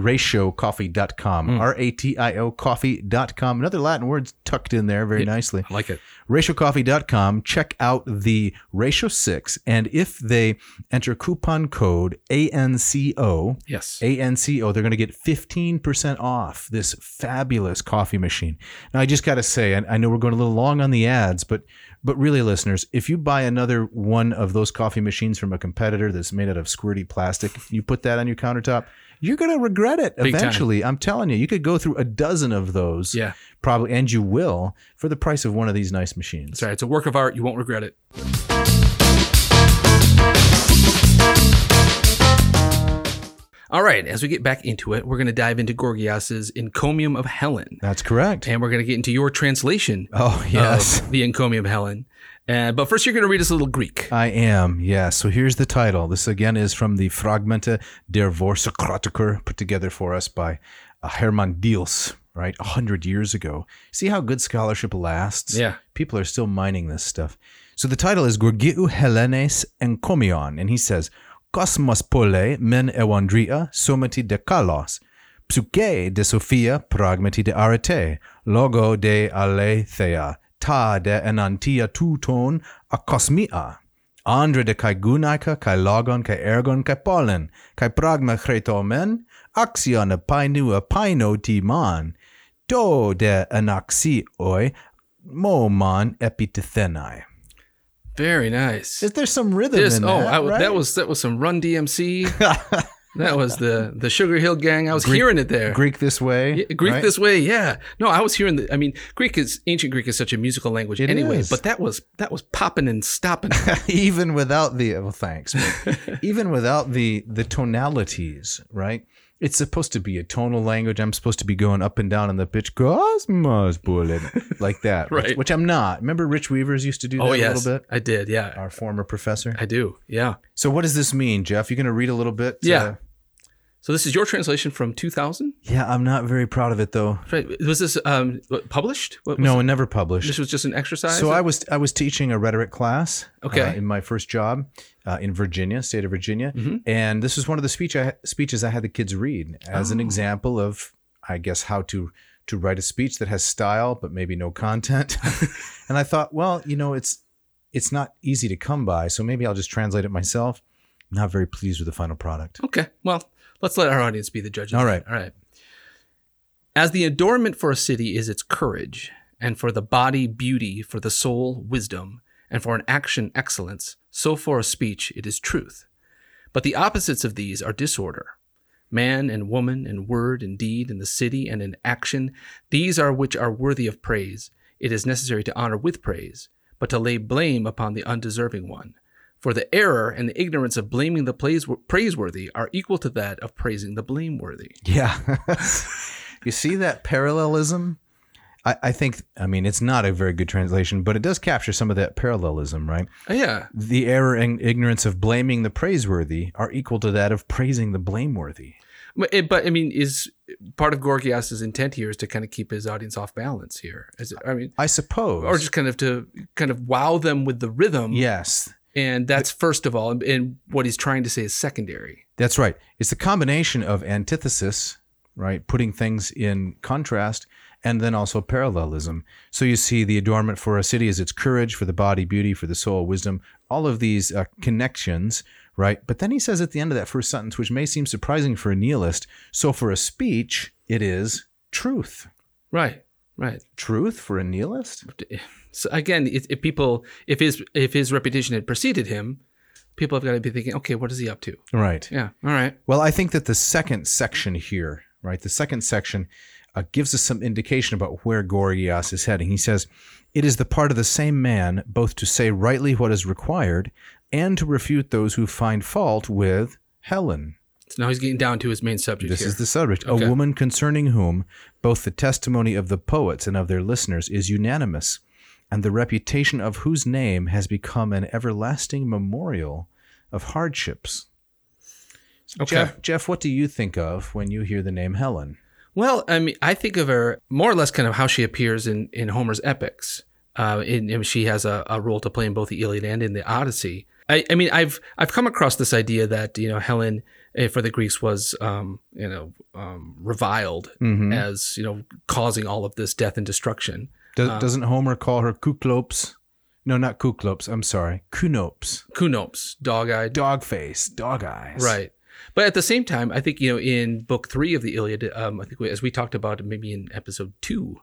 B: ratiocoffee.com, R A T I O coffee.com. Another Latin word's tucked in there very nicely.
A: I like it.
B: ratiocoffee.com. Check out the Ratio 6. And if they enter coupon code ANCO,
A: Yes.
B: ANCO, oh, they're going to get 15% off this fabulous coffee machine. Now, I just got to say, I, I know we're going a little long on the ads, but but really, listeners, if you buy another one of those coffee machines from a competitor that's made out of squirty plastic, you put that on your countertop, you're going to regret it
A: Big time.
B: eventually. I'm telling you, you could go through a dozen of those,
A: Yeah.
B: probably, and you will for the price of one of these nice machines.
A: That's right. It's a work of art. You won't regret it. All right. As we get back into it, we're going to dive into Gorgias's Encomium of Helen,
B: That's correct.
A: and we're going to get into your translation
B: Oh, yes.
A: of the Encomium of Helen. Uh, but first, you're going to read us a little Greek.
B: I am, yeah. So here's the title. This again is from the Fragmente der Vorsokratiker, put together for us by uh, Hermann Diels, right? A hundred years ago. See how good scholarship lasts?
A: Yeah.
B: People are still mining this stuff. So the title is Gorgiu Helenes Encomion, and he says, Cosmos pole men evandria somati de kalos, psyche de Sophia pragmati de arete, logo de aletheia, ta de enantia tuton acosmia. Andre de kai gunaika, kai logon, kai ergon, kai pollen, kai pragma chretomen, axion a painua paino timon, do de anaxioi, momon epithethenai.
A: Very nice.
B: Is there some rhythm
A: This-
B: in
A: oh,
B: that?
A: I,
B: right?
A: that was that was some Run
B: *laughs*
A: DMC. that was the the Sugar Hill Gang. I was hearing it there.
B: Greek this way.
A: Yeah, Greek
B: right?
A: this way, yeah. No, I was hearing the. I mean, Greek is ancient Greek is such a musical language
B: It
A: anyway.
B: is.
A: But that was that was popping and
B: *laughs*
A: stopping. Oh,
B: even without the well, thanks,
A: *laughs*
B: but even without the the tonalities, right? It's supposed to be a tonal language. I'm supposed to be going up and down in the pitch, cosmos bullet, like
A: *laughs*
B: that,
A: Right.
B: Which, which I'm not. Remember, Rich Weavers used to do that
A: oh
B: a
A: yes,
B: little bit.
A: I did. Yeah,
B: Our former professor.
A: I do. Yeah.
B: So, what does this mean, Jeff? You're going to read a little bit.
A: Yeah.
B: Uh,
A: So this is your translation from 2000.
B: yeah, I'm not very proud of it though.
A: Right. Was this um what, published? What was
B: No,
A: it?
B: it never published.
A: This was just an exercise.
B: So I was I was teaching a rhetoric class.
A: Okay.
B: uh, in my first job uh, in Virginia, state of Virginia,
A: Mm-hmm.
B: and this was one of the speech I, speeches I had the kids read as
A: Oh.
B: an example of, I guess, how to to write a speech that has style but maybe no content. *laughs* and I thought, well, you know, it's it's not easy to come by, so maybe I'll just translate it myself. Not very pleased with the final product.
A: Okay. Well, let's let our audience be the judges.
B: All right.
A: All right. As the adornment for a city is its courage, and for the body, beauty, for the soul, wisdom, and for an action, excellence, so for a speech, it is truth. But the opposites of these are disorder. Man and woman, and word and deed, in the city and in action, these are which are worthy of praise. It is necessary to honor with praise, but to lay blame upon the undeserving one. For the error and the ignorance of blaming the plaise- praiseworthy are equal to that of praising the blameworthy.
B: Yeah. *laughs* you see that parallelism? I, I think I mean it's not a very good translation, but it does capture some of that parallelism, right?
A: Oh, yeah.
B: the error and ignorance of blaming the praiseworthy are equal to that of praising the blameworthy.
A: But, it- eh, but, I mean, is part of Gorgias's intent here is to kind of keep his audience off balance here? Is it, I mean,
B: I suppose.
A: or just kind of to kind of wow them with the rhythm.
B: yes,
A: And that's first of all. And, and what he's trying to say is secondary.
B: that's right. It's the combination of antithesis, right, putting things in contrast, and then also parallelism. So you see, the adornment for a city is its courage, for the body, beauty, for the soul, wisdom. All of these uh, connections, right? But then he says at the end of that first sentence, which may seem surprising for a nihilist, so for a speech, it is truth.
A: Right. Right.
B: Truth for a nihilist?
A: So again, if, if people, if his, if his reputation had preceded him, people have got to be thinking, okay, what is he up to?
B: Right.
A: Yeah. All right.
B: Well, I think that the second section here, right, the second section uh, gives us some indication about where Gorgias is heading. He says, It is the part of the same man both to say rightly what is required and to refute those who find fault with Helen.
A: So now he's getting down to his main subject
B: This
A: here.
B: is the subject.
A: Okay.
B: A woman concerning whom both the testimony of the poets and of their listeners is unanimous, and the reputation of whose name has become an everlasting memorial of hardships. So Jeff, Jeff, what do you think of when you hear the name Helen?
A: Well, I mean, I think of her more or less kind of how she appears in, in Homer's epics. Uh, in, in- she has a, a role to play in both the Iliad and in the Odyssey. I, I mean, I've I've come across this idea that you know Helen eh, for the Greeks was um, you know um, reviled
B: Mm-hmm.
A: as you know causing all of this death and destruction.
B: Does,
A: uh,
B: doesn't Homer call her Kuklops? No, not Kuklops. I'm sorry, Kunopes.
A: Kunopes, dog-eyed,
B: Dog face, dog eyes.
A: Right. But at the same time, I think, you know, in book three of the Iliad, um, I think we, as we talked about maybe in episode two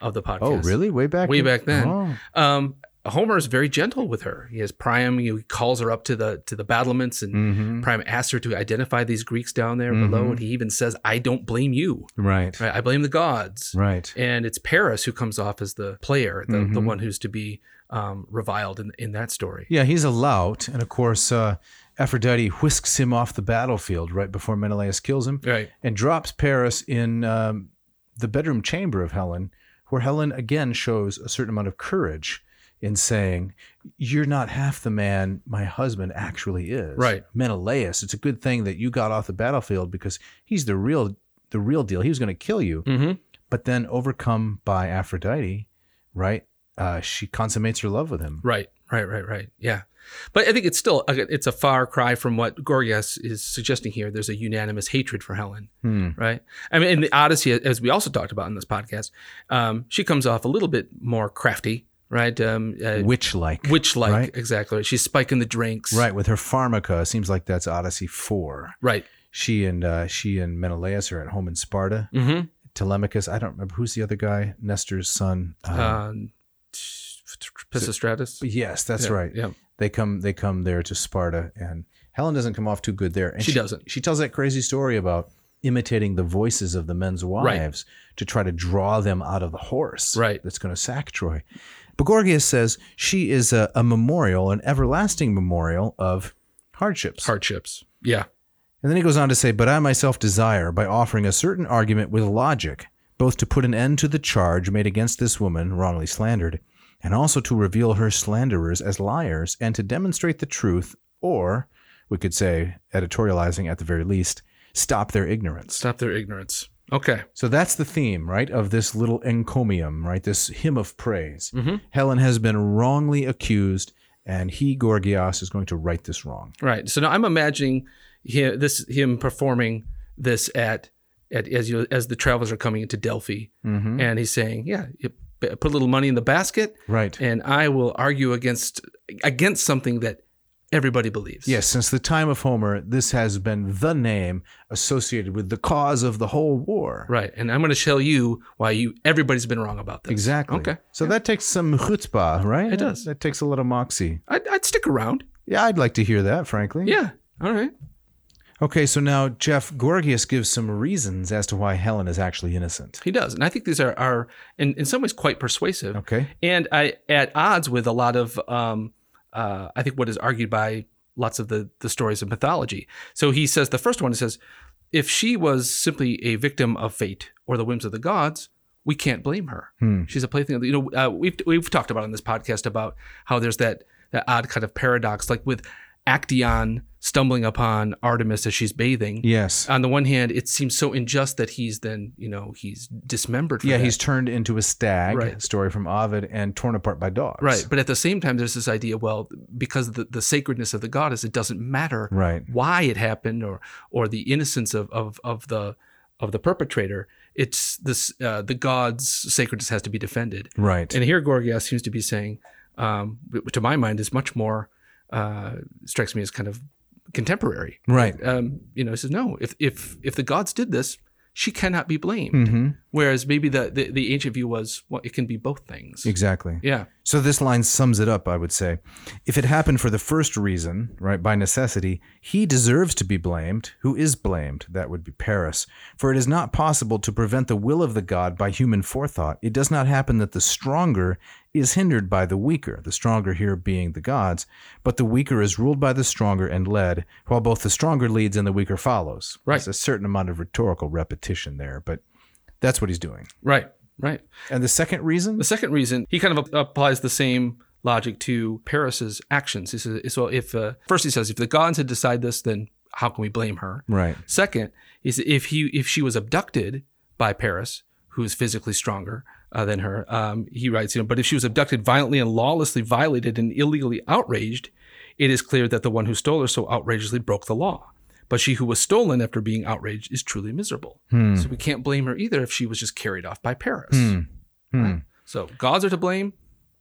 A: of the podcast.
B: Oh, really? Way back.
A: Way back then.
B: Oh.
A: Um, Homer is very gentle with her. He has Priam, you know, he calls her up to the to the battlements and
B: hmm
A: Priam asks her to identify these Greeks down there below.
B: Mhm.
A: And he even says, I don't blame you.
B: Right.
A: Right. I blame the gods.
B: Right.
A: And it's Paris who comes off as the player, the, the
B: Mhm.
A: one who's to be um, reviled in, in that story.
B: Yeah, he's a lout, and of course, uh, Aphrodite whisks him off the battlefield right before Menelaus kills him,
A: Right.
B: and drops Paris in um, the bedroom chamber of Helen, where Helen again shows a certain amount of courage in saying, "You're not half the man my husband actually is."
A: Right.
B: Menelaus. It's a good thing that you got off the battlefield because he's the real, the real deal. He was going to kill you,
A: Mm-hmm.
B: but then overcome by Aphrodite, right? Uh, she consummates her love with him.
A: Right, right, right, right. Yeah, but I think it's still it's a far cry from what Gorgias is suggesting here. There's a unanimous hatred for Helen,
B: Hmm.
A: right? I mean, in the Odyssey, as we also talked about in this podcast, um, she comes off a little bit more crafty, right? Um, uh,
B: Witch like.
A: Witch-like,
B: right?
A: exactly. She's spiking the drinks,
B: Right, with her pharmaca, it seems like that's Odyssey four.
A: Right.
B: She and uh, she and Menelaus are at home in Sparta.
A: hmm
B: Telemachus, I don't remember who's the other guy, Nestor's son. Uh,
A: Um, Pisistratus.
B: but yes, that's
A: Yeah,
B: right.
A: Yeah.
B: They come they come there to Sparta, and Helen doesn't come off too good there. And
A: She doesn't.
B: She tells that crazy story about imitating the voices of the men's wives to try to draw them out of the horse
A: Right.
B: that's going to sack Troy. But Gorgias says she is a, a memorial, an everlasting memorial of hardships.
A: Hardships. Yeah.
B: And then he goes on to say, But I myself desire, by offering a certain argument with logic, both to put an end to the charge made against this woman, wrongly slandered, and also to reveal her slanderers as liars and to demonstrate the truth, or, we could say, editorializing at the very least, stop their ignorance.
A: Stop their ignorance. Okay.
B: So that's the theme, right, of this little encomium, right, this hymn of praise.
A: Mhm.
B: Helen has been wrongly accused, and he, Gorgias, is going to right this wrong.
A: Right. So now I'm imagining him, this him performing this at at as you as the travelers are coming into Delphi,
B: Mm-hmm.
A: and he's saying, "Yeah, you p- put a little money in the basket,
B: Right.
A: and I will argue against against something that everybody believes."
B: Yes, since the time of Homer, this has been the name associated with the cause of the whole war.
A: Right. And I'm going to tell you why you everybody's been wrong about this.
B: Exactly.
A: Okay.
B: So that takes some chutzpah, right?
A: It does.
B: That takes a little moxie.
A: I'd, I'd stick around.
B: Yeah, I'd like to hear that, frankly.
A: Yeah. All right.
B: Okay, so now Jeff Gorgias gives some reasons as to why Helen is actually innocent.
A: He does, and I think these are are in in some ways quite persuasive.
B: Okay.
A: and I at odds with a lot of um, uh, I think what is argued by lots of the the stories of mythology. So he says the first one he says if she was simply a victim of fate or the whims of the gods, we can't blame her.
B: Hmm.
A: She's a plaything. Of the, you know, uh, we've we've talked about on this podcast about how there's that that odd kind of paradox, like with Actaeon stumbling upon Artemis as she's bathing.
B: Yes.
A: On the one hand, it seems so unjust that he's then, you know, he's dismembered. For
B: yeah,
A: that.
B: he's turned into a stag,
A: Right.
B: story from Ovid, and torn apart by dogs.
A: Right. But at the same time, there's this idea well, because of the, the sacredness of the goddess, it doesn't matter
B: Right.
A: why it happened or or the innocence of, of, of the of the perpetrator. It's this uh, the god's sacredness has to be defended.
B: Right.
A: And here Gorgias seems to be saying, um, which to my mind, is much more uh, strikes me as kind of contemporary.
B: right.
A: Um, you know, he says, no, if if if the gods did this, she cannot be blamed.
B: Mm-hmm.
A: Whereas maybe the, the the ancient view was, well, it can be both things.
B: Exactly.
A: Yeah.
B: So this line sums it up, I would say. If it happened for the first reason, right, by necessity, he deserves to be blamed. Who is blamed? That would be Paris. For it is not possible to prevent the will of the god by human forethought. It does not happen that the stronger is hindered by the weaker, the stronger here being the gods, but the weaker is ruled by the stronger and led, while both the stronger leads and the weaker follows.
A: Right.
B: There's a certain amount of rhetorical repetition there, but that's what he's doing.
A: Right. Right.
B: And the second reason?
A: The second reason he kind of ap- applies the same logic to Paris's actions. He says, "So if uh, first he says if the gods had decided this, then how can we blame her?
B: Right.
A: Second is if he if she was abducted by Paris, who is physically stronger uh, than her, um, he writes, you know, but if she was abducted violently and lawlessly violated and illegally outraged, it is clear that the one who stole her so outrageously broke the law. But she who was stolen after being outraged is truly miserable.
B: Hmm.
A: So we can't blame her either if she was just carried off by Paris.
B: Hmm. Hmm.
A: So gods are to blame,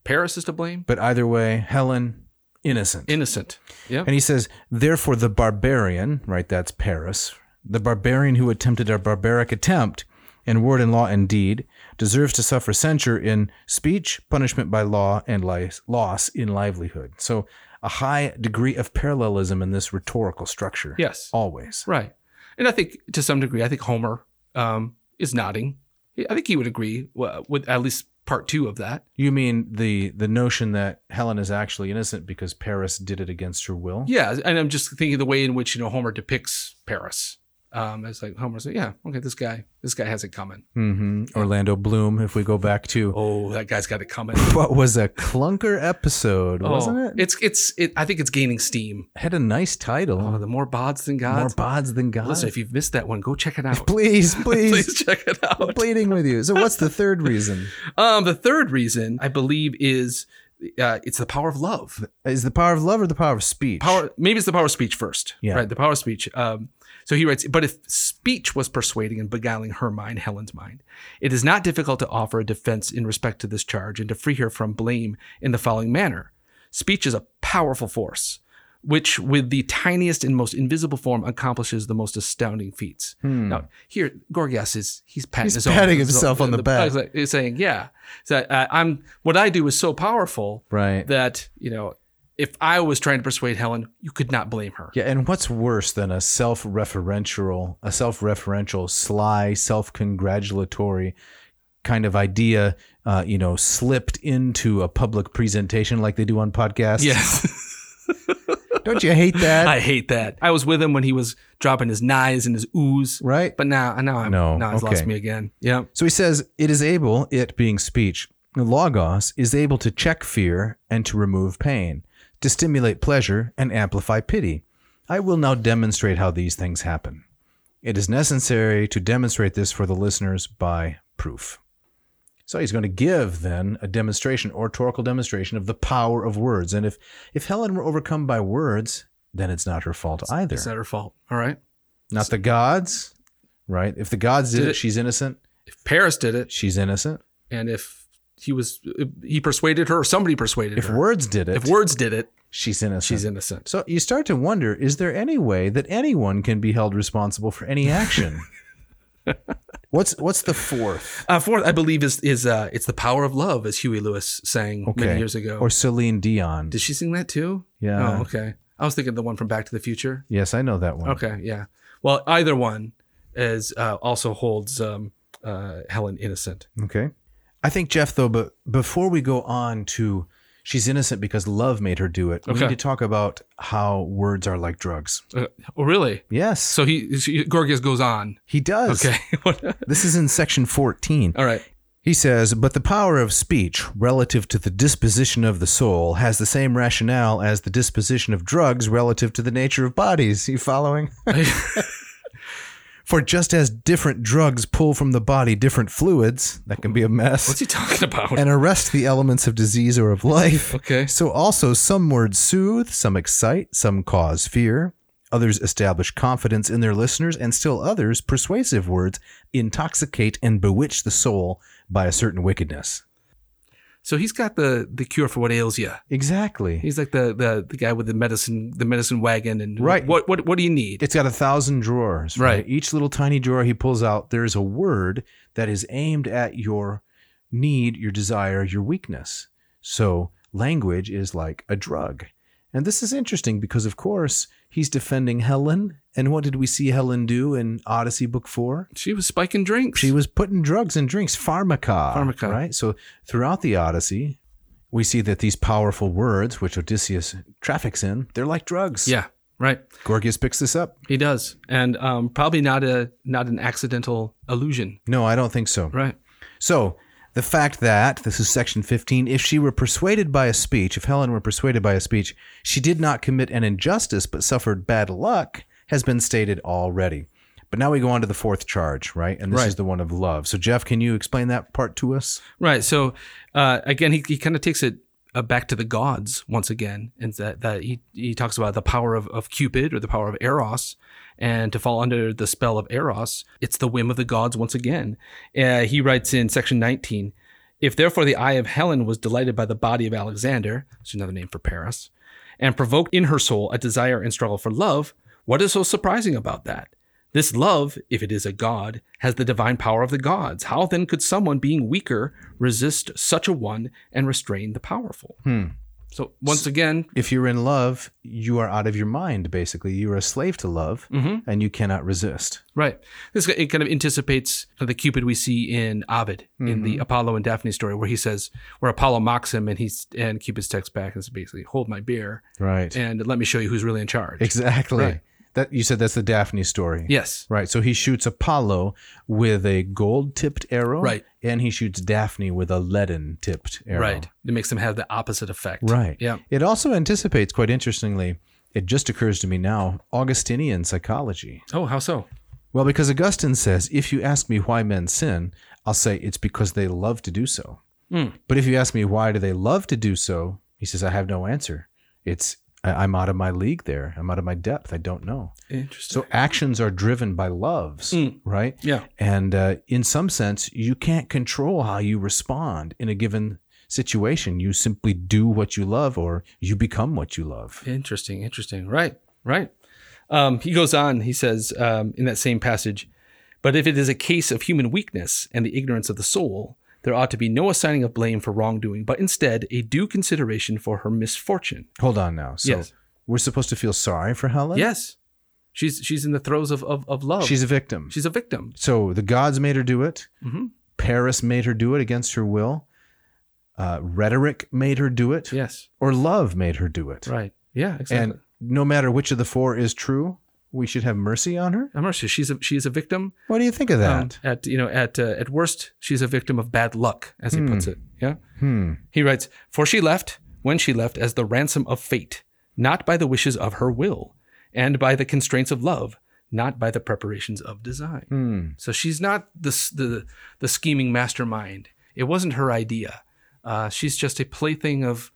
A: Paris is to blame,
B: But either way, Helen, innocent.
A: innocent. Yeah.
B: And he says, therefore, the barbarian, right, that's Paris, the barbarian who attempted a barbaric attempt in word and law and deed deserves to suffer censure in speech, punishment by law, and li- loss in livelihood. So a high degree of parallelism in this rhetorical structure.
A: Yes.
B: Always.
A: Right. And I think to some degree, I think Homer um, is nodding. I think he would agree uh, with at least part two of that.
B: You mean the the notion that Helen is actually innocent because Paris did it against her will?
A: Yeah. And I'm just thinking the way in which, you know, Homer depicts Paris. Um, it's like Homer's like, yeah, okay, this guy, this guy has it coming.
B: hmm Orlando Bloom, if we go back to
A: Oh, that guy's got it coming.
B: what was a clunker episode, wasn't
A: Oh,
B: it?
A: It's, it's, it, I think it's gaining steam.
B: had a nice title.
A: Oh, the more bods than
B: More
A: gods.
B: bods than God.
A: Listen, if you've missed that one, go check it out. *laughs*
B: please, please,
A: Please check it out.
B: I'm pleading with you. So, what's the third reason?
A: Um, the third reason I believe is uh, it's the power of love.
B: Is the power of love or the power of speech?
A: Power, maybe it's the power of speech first.
B: Yeah.
A: Right. The power of speech. Um, so he writes, but if speech was persuading and beguiling her mind, Helen's mind, it is not difficult to offer a defense in respect to this charge and to free her from blame in the following manner. Speech is a powerful force, which with the tiniest and most invisible form accomplishes the most astounding feats.
B: Hmm.
A: Now, here, Gorgias is he's patting,
B: He's
A: his own-
B: patting
A: his own-
B: himself on the back.
A: He's like- He's saying, "Yeah, so, uh, I'm what I do is so powerful
B: Right.
A: that you know, if I was trying to persuade Helen, you could not blame her."
B: yeah, and what's worse than a self-referential, a self-referential, sly, self-congratulatory kind of idea, uh, you know, slipped into a public presentation like they do on podcasts?
A: Yes, *laughs*
B: Don't you hate that?
A: I hate that. I was with him when he was dropping his knives and his ooze,
B: right?
A: but now, now I'm
B: No,
A: now he's
B: okay.
A: lost me again. Yeah,
B: So he says, it is able, it being speech, logos, is able to check fear and to remove pain, to stimulate pleasure and amplify pity. I will now demonstrate how these things happen. It is necessary to demonstrate this for the listeners by proof. So he's going to give then a demonstration, oratorical demonstration of the power of words. And if, if Helen were overcome by words, then it's not her fault either.
A: it's not her fault. All right,
B: Not the gods, right? If the gods did
A: Did
B: it,
A: it-
B: she's innocent.
A: if Paris did it,
B: She's innocent.
A: and if he was, if he persuaded her, or somebody persuaded
B: If
A: her.
B: words did it,
A: if words did it,
B: she's innocent.
A: she's innocent.
B: So you start to wonder: Is there any way that anyone can be held responsible for
A: *laughs*
B: any action? what's What's the fourth?
A: Uh, fourth, I believe, is is uh, it's the power of love, as Huey Lewis sang
B: Okay.
A: many years ago.
B: Or Celine Dion?
A: Did she sing that too?
B: Yeah.
A: Oh, okay. I was thinking the one from Back to the Future.
B: yes, I know that one.
A: Okay, yeah. Well, either one is uh, also holds um, uh, Helen innocent.
B: Okay. I think Jeff, though, but before we go on to she's innocent because love made her do it, we
A: Okay.
B: need to talk about how words are like drugs.
A: Uh, oh, really?
B: Yes,
A: So he, she, Gorgias goes on.
B: he does.
A: Okay. *laughs*
B: This is in section fourteen.
A: All right.
B: He says, but the power of speech relative to the disposition of the soul has the same rationale as the disposition of drugs relative to the nature of bodies. You following? For just as different drugs pull from the body different fluids, that can be a
A: What's
B: mess,
A: he talking about?
B: and arrest the elements of disease or of life,
A: Okay.
B: so also some words soothe, some excite, some cause fear. Others establish confidence in their listeners, and still others, persuasive words, intoxicate and bewitch the soul by a certain wickedness.
A: So he's got the the cure for what ails you.
B: Exactly.
A: He's like the, the the guy with the medicine the medicine wagon and
B: Right.
A: What what what do you need?
B: it's got a thousand drawers.
A: Right.
B: Each little tiny drawer he pulls out, there is a word that is aimed at your need, your desire, your weakness. So language is like a drug. And this is interesting because, of course, he's defending Helen. And what did we see Helen do in Odyssey Book 4?
A: she was spiking drinks.
B: She was putting drugs and drinks, pharmaca.
A: Pharmaca.
B: Right? So throughout the Odyssey, we see that these powerful words, which Odysseus traffics in, they're like drugs.
A: yeah. Right.
B: Gorgias picks this up.
A: He does, and um, probably not a not an accidental illusion.
B: No, I don't think so.
A: Right.
B: So the fact that this is section 15 if she were persuaded by a speech if helen were persuaded by a speech she did not commit an injustice but suffered bad luck has been stated already. But now we go on to the fourth charge, right? And this
A: Right.
B: is the one of love. So, Jeff, can you explain that part to us?
A: Right. So uh, again, he, he kind of takes it uh, back to the gods once again, and that, that he, he talks about the power of, of Cupid or the power of Eros, and to fall under the spell of Eros, it's the whim of the gods once again. Uh, he writes in section 19 If therefore the eye of Helen was delighted by the body of Alexander, which is another name for Paris, and provoked in her soul a desire and struggle for love, what is so surprising about that? This love, if it is a god, has the divine power of the gods. How then could someone being weaker resist such a one and restrain the powerful?
B: Hmm.
A: So once again,
B: If you're in love, you are out of your mind, basically. You are a slave to love
A: Mhm.
B: and you cannot resist.
A: right. This it kind of anticipates the Cupid we see in Ovid in
B: Mm-hmm.
A: the Apollo and Daphne story, where he says, where Apollo mocks him and he's and Cupid texts back and is basically, "Hold my beer
B: Right.
A: and let me show you who's really in charge."
B: exactly.
A: Right.
B: That You said that's the Daphne story.
A: Yes.
B: Right. So he shoots Apollo with a gold tipped arrow.
A: Right.
B: And he shoots Daphne with a leaden tipped arrow.
A: Right. It makes them have the opposite effect.
B: Right.
A: Yeah.
B: It also anticipates, quite interestingly, it just occurs to me now, Augustinian psychology.
A: Oh, how so?
B: Well, because Augustine says, if you ask me why men sin, I'll say it's because they love to do so.
A: Hmm.
B: But if you ask me why do they love to do so, he says, I have no answer. It's I- I'm out of my league there. I'm out of my depth. I don't know.
A: Interesting.
B: So actions are driven by loves,
A: Mm.
B: right?
A: yeah.
B: And uh, in some sense, you can't control how you respond in a given situation. You simply do what you love, or you become what you love.
A: Interesting, interesting. Right, right. Um, he goes on, he says um, in that same passage, but if it is a case of human weakness and the ignorance of the soul, there ought to be no assigning of blame for wrongdoing, but instead a due consideration for her misfortune.
B: Hold on now. So
A: Yes.
B: we're supposed to feel sorry for Helen?
A: Yes. She's she's in the throes of, of, of love.
B: She's a victim.
A: she's a victim.
B: so the gods made her do it.
A: Mhm.
B: Paris made her do it against her will. Uh, rhetoric made her do it,
A: Yes.
B: or love made her do it.
A: Right. Yeah, exactly.
B: And no matter which of the four is true, we should have mercy on her.
A: And Marcia, she's a she is a victim.
B: What do you think of that?
A: um, at you know at uh, at worst, she's a victim of bad luck, as he puts it. Yeah.
B: hmm.
A: He writes, For she left, when she left, as the ransom of fate, not by the wishes of her will, and by the constraints of love, not by the preparations of design.
B: Hmm.
A: So she's not the, s- the, the scheming mastermind. It wasn't her idea. Uh, she's just a plaything of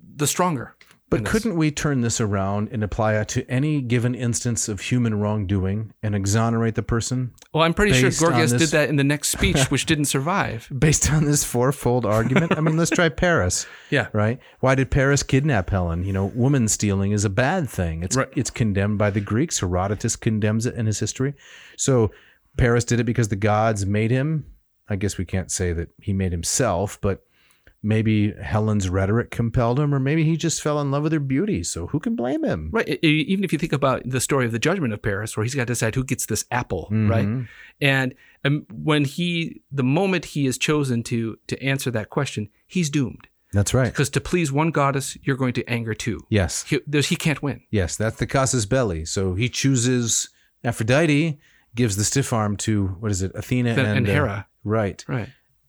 A: the stronger.
B: But
A: in this.
B: couldn't we turn this around and apply it to any given instance of human wrongdoing and exonerate the person
A: Well, Oh, I'm pretty sure
B: Based on
A: Gorgias
B: this-
A: did that in the next
B: *laughs*
A: speech, which didn't survive.
B: based on this fourfold argument? I mean, let's
A: *laughs*
B: try Paris,
A: Yeah.
B: right? Why did Paris kidnap Helen? You know, woman stealing is a bad thing. It's
A: Right.
B: it's condemned by the Greeks. Herodotus condemns it in his history. So Paris did it because the gods made him. I guess we can't say that he made himself, but maybe Helen's rhetoric compelled him, or maybe he just fell in love with her beauty. So who can blame him?
A: Right. E- e- Even if you think about the story of the judgment of Paris, where he's got to decide who gets this apple, right?
B: Mhm.
A: And um, when he, the moment he is chosen to to answer that question, he's doomed
B: That's
A: *laughs*
B: right.
A: because to please one goddess, you're going to anger two.
B: Yes.
A: He, there's, he can't win.
B: Yes, that's the Casus Belli. So he chooses Aphrodite, gives the stiff arm to what is it, Athena
A: Then-
B: and,
A: and
B: uh,
A: Hera,
B: right,
A: right?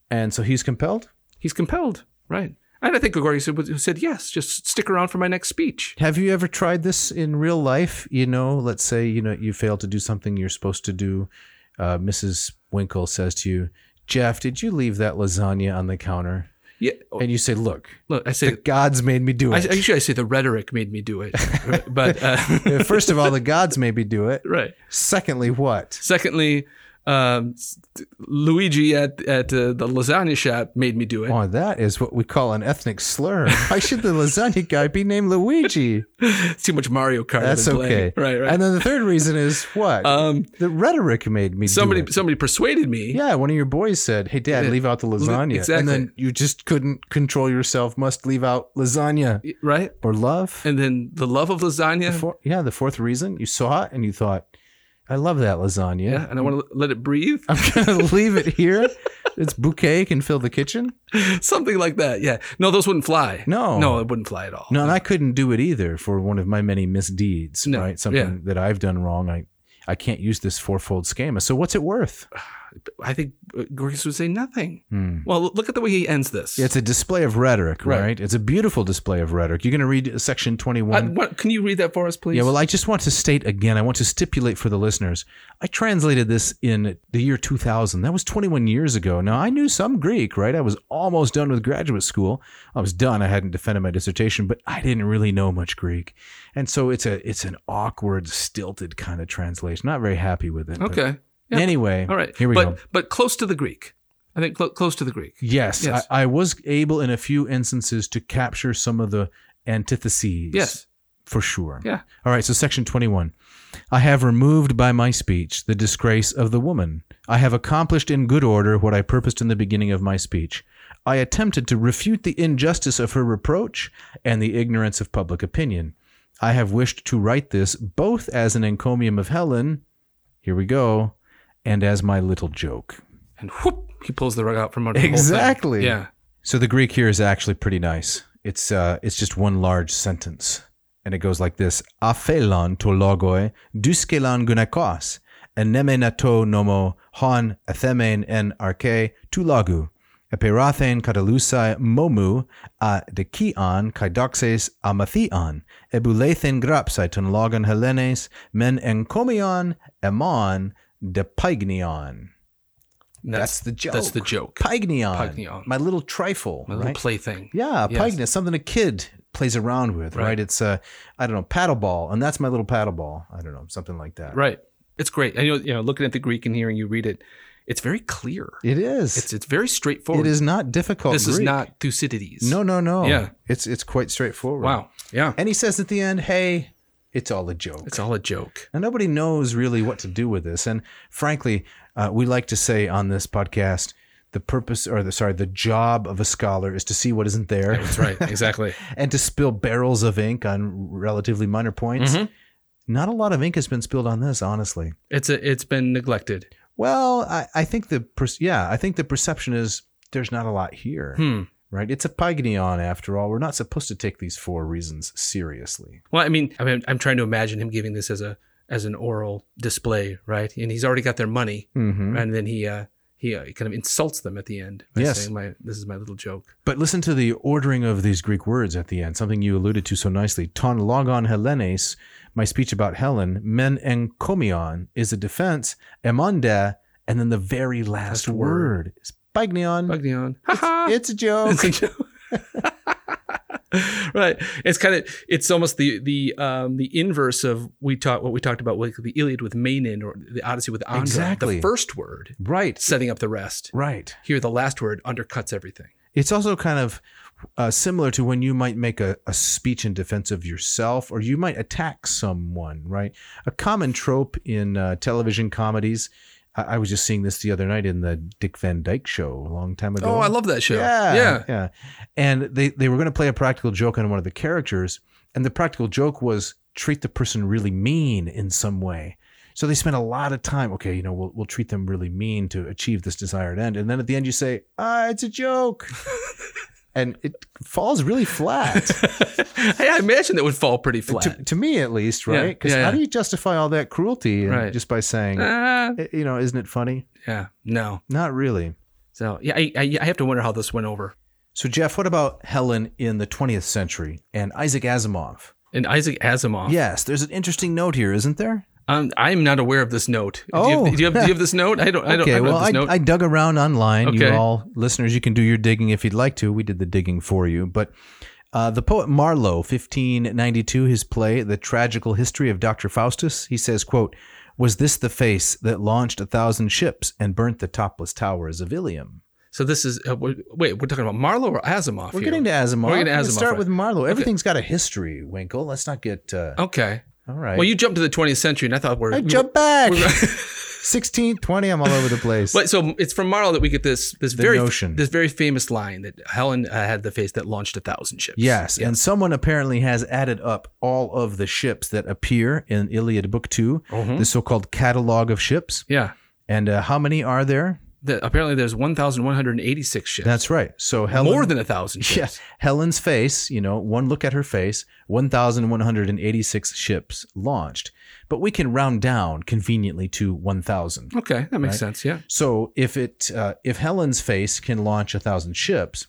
B: and so he's compelled.
A: He's compelled, right? And I think Gregory said, was- said yes. Just stick around for my next speech.
B: Have you ever tried this in real life? You know, let's say you know you fail to do something you're supposed to do. Uh, Mrs. Winkle says to you, "Jeff, did you leave that lasagna on the counter?"
A: Yeah. oh,
B: And you say, "Look,
A: Look, I say.
B: the gods made me do
A: I,
B: it."
A: actually, I say the rhetoric made me do it, *laughs* but uh, *laughs*
B: *laughs* First of all, the gods made me do it.
A: right.
B: Secondly, what?
A: Secondly, um, s- Luigi at at uh, the lasagna shop made me do it.
B: Oh, that is what we call an ethnic slur. Why should the lasagna guy be
A: *laughs*
B: named Luigi?
A: It's too much Mario Kart. I've
B: That's
A: been
B: okay.
A: playing. Right. Right.
B: And then the third
A: *laughs*
B: reason is what?
A: um,
B: the rhetoric made me do
A: somebody
B: it.
A: somebody persuaded me.
B: Yeah, one of your boys said, "Hey, Dad,
A: Yeah.
B: leave out the lasagna,"
A: Exactly.
B: and then you just couldn't control yourself. Must leave out lasagna
A: Right.
B: or love.
A: And then the love of lasagna.
B: The four- yeah, the fourth reason you saw it and you thought, "I love that lasagna."
A: yeah. And I want to let it breathe.
B: I'm gonna *laughs* leave it here. Its bouquet can fill the kitchen.
A: *laughs* Something like that. Yeah. No, those wouldn't fly.
B: No.
A: No, it wouldn't fly at all.
B: No, and I couldn't do it either for one of my many misdeeds.
A: No,
B: Right, something that I've done wrong. I I can't use this fourfold schema. So what's it worth?
A: I think Gorgias would say nothing.
B: Hmm.
A: Well, look at the way he ends this.
B: It's a display of rhetoric,
A: Right.
B: right? It's a beautiful display of rhetoric. You're going to read section
A: I-
B: 21.
A: what, can you read that for us, please?
B: yeah, well, I just want to state again, I want to stipulate for the listeners. I translated this in the year 2000. That was 21 years ago. Now, I knew some Greek, right? I was almost done with graduate school. I was done. I hadn't defended my dissertation, but I didn't really know much Greek. And so it's a it's an awkward, stilted kind of translation. Not very happy with it. but
A: okay. Yeah.
B: Anyway,
A: All right.
B: here we
A: but,
B: go.
A: But close to the Greek. I think clo close to the Greek.
B: Yes,
A: Yes.
B: I, I was able in a few instances to capture some of the antitheses.
A: Yes.
B: For sure.
A: Yeah.
B: All right, so section 21. I have removed by my speech the disgrace of the woman. I have accomplished in good order what I purposed in the beginning of my speech. I attempted to refute the injustice of her reproach and the ignorance of public opinion. I have wished to write this both as an encomium of Helen, here we go, and as my little joke.
A: And whoop, he pulls the rug out from under the whole thing.
B: Exactly.
A: Yeah.
B: So the Greek here is actually pretty nice. It's uh, it's just one large sentence, and it goes like this: Aphelon to logoi duskelon gunakos enemenato nomo hon athemen en arche tu logu epirathen katalusai momu a dekion kaidoxes amathion ebulethen grapsai ton logon helenes men encomion emon depignion.
A: And
B: That's the joke.
A: That's the joke.
B: Pygnion.
A: Pygnion.
B: My little trifle.
A: A little
B: right?
A: plaything.
B: Yeah,
A: Yes.
B: pygnus, something a kid plays around with,
A: Right.
B: right? It's a, I don't know, paddle ball, and that's my little paddle ball. I don't know, something like that.
A: Right. It's great. I know, you know, looking at the Greek and hearing you read it, it's very clear.
B: It is.
A: It's it's very straightforward.
B: it is not difficult.
A: This is
B: Greek.
A: not Thucydides.
B: No, no, no.
A: Yeah.
B: It's it's quite straightforward.
A: Wow. Yeah.
B: And he says at the end, "Hey, it's all a joke."
A: It's all a joke.
B: Now, nobody knows really what to do with this. And frankly, uh, we like to say on this podcast, the purpose or the sorry, the job of a scholar is to see what isn't there.
A: That's
B: *laughs*
A: right. Exactly.
B: and to spill barrels of ink on relatively minor points.
A: Mhm.
B: Not a lot of ink has been spilled on this, honestly.
A: It's a, it's been neglected.
B: Well, I, I think the per- yeah, I think the perception is there's not a lot here,
A: Hmm.
B: right? It's a pygnion after all. We're not supposed to take these four reasons seriously.
A: Well, I mean, I mean, I'm trying to imagine him giving this as a as an oral display, right? And he's already got their money,
B: Mm-hmm.
A: and then he uh, he uh, kind of insults them at the end by
B: Yes.
A: saying, "My this is my little joke."
B: But listen to the ordering of these Greek words at the end, something you alluded to so nicely. Ton logon Helenes, my speech about Helen, men encomion is a defense, emonda, and then the very last
A: Last word.
B: word is pygnion.
A: Bugneon, ha ha.
B: Mm. It's a
A: *laughs*
B: joke.
A: It's a joke. *laughs* right. It's kind of it's almost the the um the inverse of we talked what we talked about like the Iliad with Menon or the Odyssey with Andra.
B: Exactly.
A: The first word
B: right.
A: setting up the rest.
B: Right.
A: Here, the last word undercuts everything.
B: It's also kind of uh, similar to when you might make a, a speech in defense of yourself or you might attack someone, right? A common trope in uh, television comedies. I, I was just seeing this the other night in the Dick Van Dyke show a long time ago.
A: Oh, I love that show.
B: Yeah,
A: Yeah. *laughs*
B: yeah. And they they were going to play a practical joke on one of the characters, and the practical joke was treat the person really mean in some way. So they spent a lot of time. Okay, you know, we'll we'll treat them really mean to achieve this desired end, and then at the end you say, ah, it's
A: *laughs*
B: a joke, and it falls really flat.
A: Hey, I imagine that would fall pretty flat.
B: To, to me, at least,
A: Yeah,
B: right? Because
A: yeah,
B: how
A: yeah.
B: do you justify all that cruelty and
A: Right.
B: just by saying,
A: Ah,
B: "Eh, you know, isn't it funny?
A: yeah, no.
B: Not really.
A: So yeah, I, I, I have to wonder how this went over.
B: So, Jeff, what about Helen in the 20th century and Isaac Asimov?
A: And Isaac Asimov.
B: Yes, there's an interesting note here, isn't there?
A: Um, I'm not aware of this note. Do you,
B: Oh.
A: have, do, you have, do you have this note? I don't. I don't. I
B: Okay,
A: don't
B: well,
A: have this
B: I,
A: note.
B: I dug around online. You
A: Okay.
B: all listeners, you can do your digging if you'd like to. We did the digging for you. But uh, the poet Marlowe, 1592, his play, The Tragical History of Dr. Faustus, he says, quote, was this the face that launched a thousand ships and burnt the topless towers of Ilium?
A: so this is uh, we- wait. We're talking about Marlowe or Asimov.
B: We're
A: here?
B: getting to Asimov.
A: We're getting to
B: Let's
A: Asimov,
B: start
A: right.
B: with Marlowe. Everything's got a history, Winkle. Let's not get. Uh,
A: Okay.
B: All right.
A: Well, you jumped to the 20th century, and I thought we're.
B: I
A: we were-
B: jump back.
A: we were-
B: *laughs* 16, 20, I'm all over the place.
A: But so it's from Marlowe that we get this this very
B: notion.
A: this very famous line that Helen uh, had the face that launched a thousand ships.
B: Yes, and someone apparently has added up all of the ships that appear in Iliad Book 2
A: Mhm.
B: the so-called catalog of ships.
A: yeah.
B: And uh, how many are there?
A: that apparently there's 1,186 ships.
B: That's right. So Helen,
A: more than a thousand
B: *laughs*
A: ships.
B: Yes, Helen's face, you know, one look at her face, 1,186 ships launched. But we can round down conveniently to 1,000.
A: Okay, that makes sense. Yeah. *laughs*
B: So if it uh, if Helen's face can launch 1,000 ships,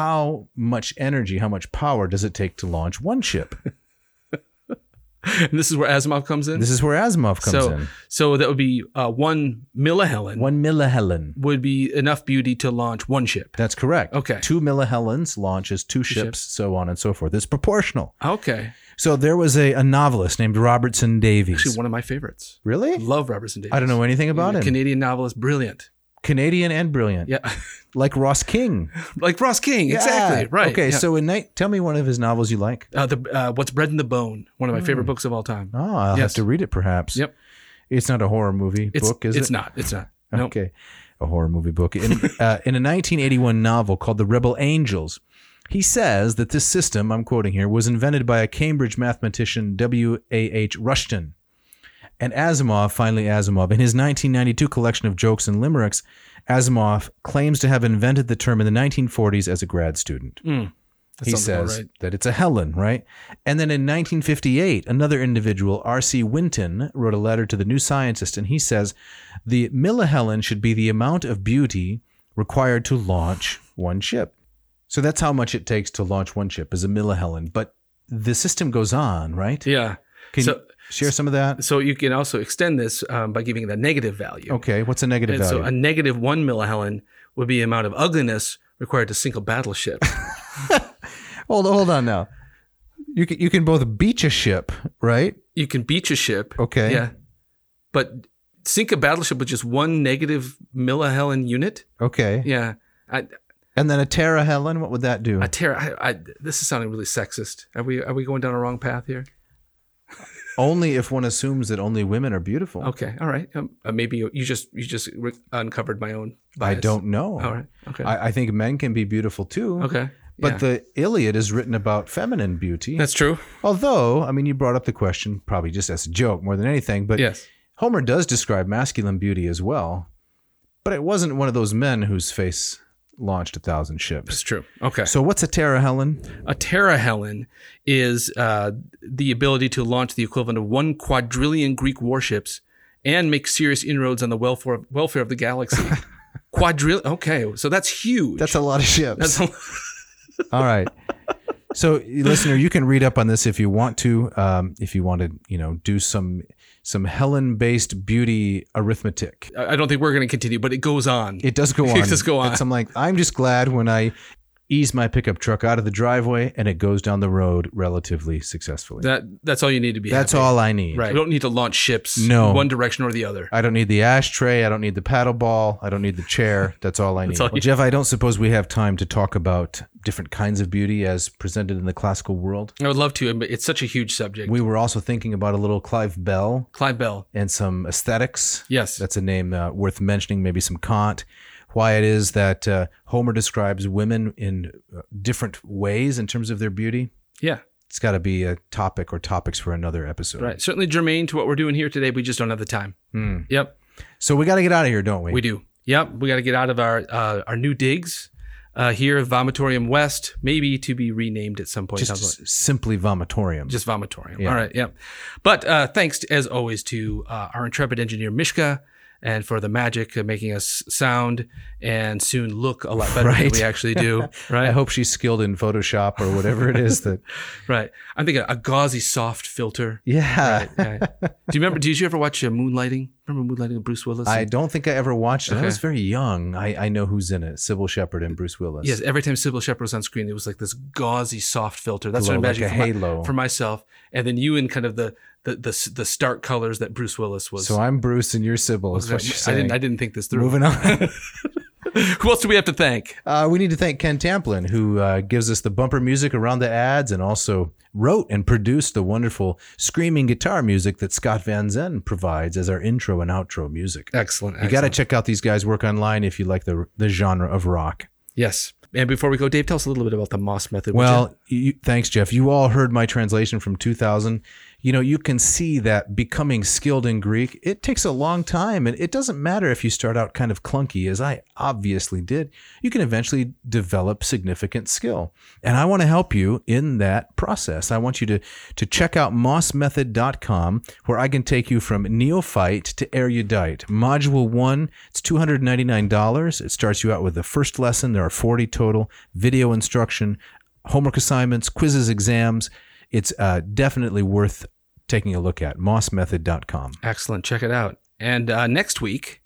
B: how much energy, how much power does it take to launch one
A: *laughs*
B: ship?
A: And this is where Asimov comes in.
B: This is where Asimov comes
A: so,
B: in.
A: so that would be uh, one millihelen
B: One millihelen.
A: would be enough beauty to launch one ship.
B: That's correct.
A: Okay.
B: Two millihelens launches two,
A: ships.
B: ships, so on and so forth. It's proportional.
A: Okay,
B: So there was a, a novelist named Robertson Davies.
A: actually one of my favorites.
B: really?
A: Love Robertson Davies.
B: I don't know anything about him.
A: Canadian novelist, brilliant.
B: Canadian and brilliant.
A: Yeah, *laughs*
B: Like Ross King.
A: like Ross King. Exactly.
B: Yeah.
A: Right.
B: Okay,
A: yeah.
B: so in night tell me one of his novels you like.
A: uh, the uh, what's bread in the bone? One of my favorite books of all time.
B: Oh, I'll
A: Yes.
B: have to read it perhaps.
A: Yep.
B: It's not a horror movie
A: It's
B: book, is
A: it's
B: it?
A: not. It's not. No.
B: Okay. A horror movie book. In, *laughs* uh, in a 1981 novel called The Rebel Angels, he says that this system, I'm quoting here, was invented by a Cambridge mathematician, W.A.H. Rushton. And Asimov, finally Asimov, in his 1992 collection of jokes and limericks, Asimov claims to have invented the term in the 1940s as a grad student
A: Hmm. That
B: he
A: sounds about
B: says
A: right.
B: that it's a Helen, right? And then in 1958, another individual, R.C. Winton, wrote a letter to the New Scientist, and he says the millihelen should be the amount of beauty required to launch one ship. So that's how much it takes to launch one ship is a millihelen. But the system goes on, right?
A: Yeah.
B: Can
A: so
B: you share some of that?
A: so you can also extend this um, by giving it a negative value.
B: Okay, what's a negative
A: And so
B: value?
A: a negative one millihelen would be the amount of ugliness required to sink a
B: *laughs*
A: battleship.
B: hold, hold on now. You can, you can both beach a ship, right?
A: you can beach a ship.
B: Okay.
A: Yeah. But sink a battleship with just one negative millihelen unit?
B: Okay.
A: Yeah. I,
B: And then a Terra Helen, what would that do?
A: I, tear, I, I, this is sounding really sexist. Are we, are we going down a wrong path here?
B: Only if one assumes that only women are beautiful.
A: Okay. All right. Um, uh, maybe you, you just, you just re- uncovered my own
B: I
A: bias.
B: don't know.
A: All right. Okay.
B: I, I think men can be beautiful too.
A: okay.
B: But
A: Yeah.
B: the Iliad is written about feminine beauty.
A: that's true.
B: Although, I mean, you brought up the question probably just as a joke more than anything, but
A: Yes.
B: Homer does describe masculine beauty as well. But it wasn't one of those men whose face launched a thousand
A: That's
B: ships.
A: true. Okay.
B: So what's a Terra Helen?
A: A terahelen is uh, the ability to launch the equivalent of one quadrillion Greek warships and make serious inroads on the welfare welfare of the
B: *laughs*
A: galaxy. Quadrillion. Okay, so that's huge.
B: That's a lot of
A: *laughs*
B: ships.
A: That's a-
B: All right. So, listener, you can read up on this if you want to. Um, if you want to, you know, do some some Helen-based beauty arithmetic.
A: I I don't think we're going to continue, but it goes on.
B: It does go
A: *laughs*
B: on.
A: It does go on.
B: It's- I'm like, I'm just glad when I ease my pickup truck out of the driveway and it goes down the road relatively successfully.
A: that that's all you need to be.
B: That's
A: happy.
B: all I need.
A: Right. We don't need to launch ships.
B: No.
A: One direction or the other.
B: I don't need the ashtray. I don't need the paddle ball. I don't need the chair. That's all I need.
A: all
B: Well,
A: you-
B: Jeff, I don't suppose we have time to talk about different kinds of beauty as presented in the classical world.
A: I would love to, but it's such a huge subject.
B: We were also thinking about a little Clive Bell
A: Clive Bell.
B: and some aesthetics.
A: Yes.
B: That's a name uh, worth mentioning, maybe some Kant. Why it is that uh, Homer describes women in uh, different ways in terms of their beauty.
A: yeah.
B: It's got to be a topic or topics for another episode.
A: Right. Certainly germane to what we're doing here today. We just don't have the time.
B: Hmm.
A: Yep.
B: So we got to get out of here, don't we?
A: We do. Yep. We got to get out of our uh, our new digs uh, here at Vomitorium West, maybe to be renamed at some point.
B: Just
A: Sounds like-
B: s- simply vomitorium.
A: just Vomitorium.
B: Yeah.
A: All right. Yep. But uh, thanks, as always, to uh, our intrepid engineer, Mishka. And for the magic of making us sound and soon look a lot better than
B: Right.
A: we actually
B: *laughs*
A: do,
B: I
A: right?
B: hope she's skilled in Photoshop or whatever it is that.
A: Right. I'm thinking a gauzy soft filter.
B: *laughs* *laughs* Yeah.
A: Right, right. do you remember? Did you ever watch uh, Moonlighting? Remember Moonlighting with Bruce Willis?
B: I don't think I ever watched it.
A: Okay.
B: I was very young. I, I know who's in it: Sybil Shepherd and Bruce Willis.
A: Yes, every time Sybil Shepherd was on screen, it was like this gauzy, soft filter. That's
B: Glow,
A: what I
B: like
A: imagine
B: a
A: for, my-
B: halo.
A: for myself. And then you in kind of the the the, s- the stark colors that Bruce Willis was.
B: So I'm Bruce and you're Sybil. Is
A: I,
B: what you're saying.
A: didn't I didn't think this through.
B: Moving on. *laughs*
A: *laughs* Who else do we have to thank?
B: Uh, we need to thank Ken Tamplin, who uh, gives us the bumper music around the ads and also wrote and produced the wonderful screaming guitar music that Scott Van Zen provides as our intro and outro music.
A: Excellent.
B: You got to check out these guys' work online if you like the, the genre of rock.
A: yes. And before we go, Dave, tell us a little bit about the Moss method. would you?
B: Well, you, thanks, Jeff. You all heard my translation from 2000. you know, you can see that becoming skilled in Greek, it takes a long time. And it doesn't matter if you start out kind of clunky, as I obviously did, you can eventually develop significant skill. And I want to help you in that process. I want you to, to check out mossmethod.com, where I can take you from neophyte to erudite. Module one, it's $299. It starts you out with the first lesson. There are 40 total, video instruction, homework assignments, quizzes, exams it's uh, definitely worth taking a look at mossmethod.com
A: Excellent. Check it out. And uh, next week,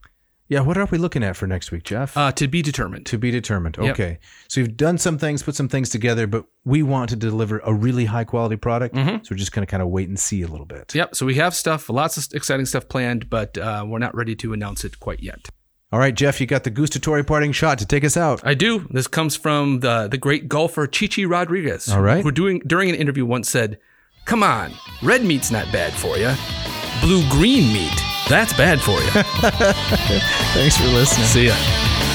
B: yeah what are we looking at for next week jeff
A: uh, to be determined.
B: to be determined
A: Yep.
B: okay so you've done some things put some things together but we want to deliver a really high quality product so we're just going to kind of wait and see a little bit
A: Yep. So we have stuff, lots of exciting stuff planned, but uh, we're not ready to announce it quite yet.
B: all right jeff you got the gustatory parting shot to take us out
A: I do. This comes from the the great golfer Chichi Rodriguez.
B: All right.
A: Who doing during an interview once said, "Come on, red meat's not bad for you.
B: *laughs*
A: Blue green meat, that's bad for you."
B: thanks for listening
A: See ya.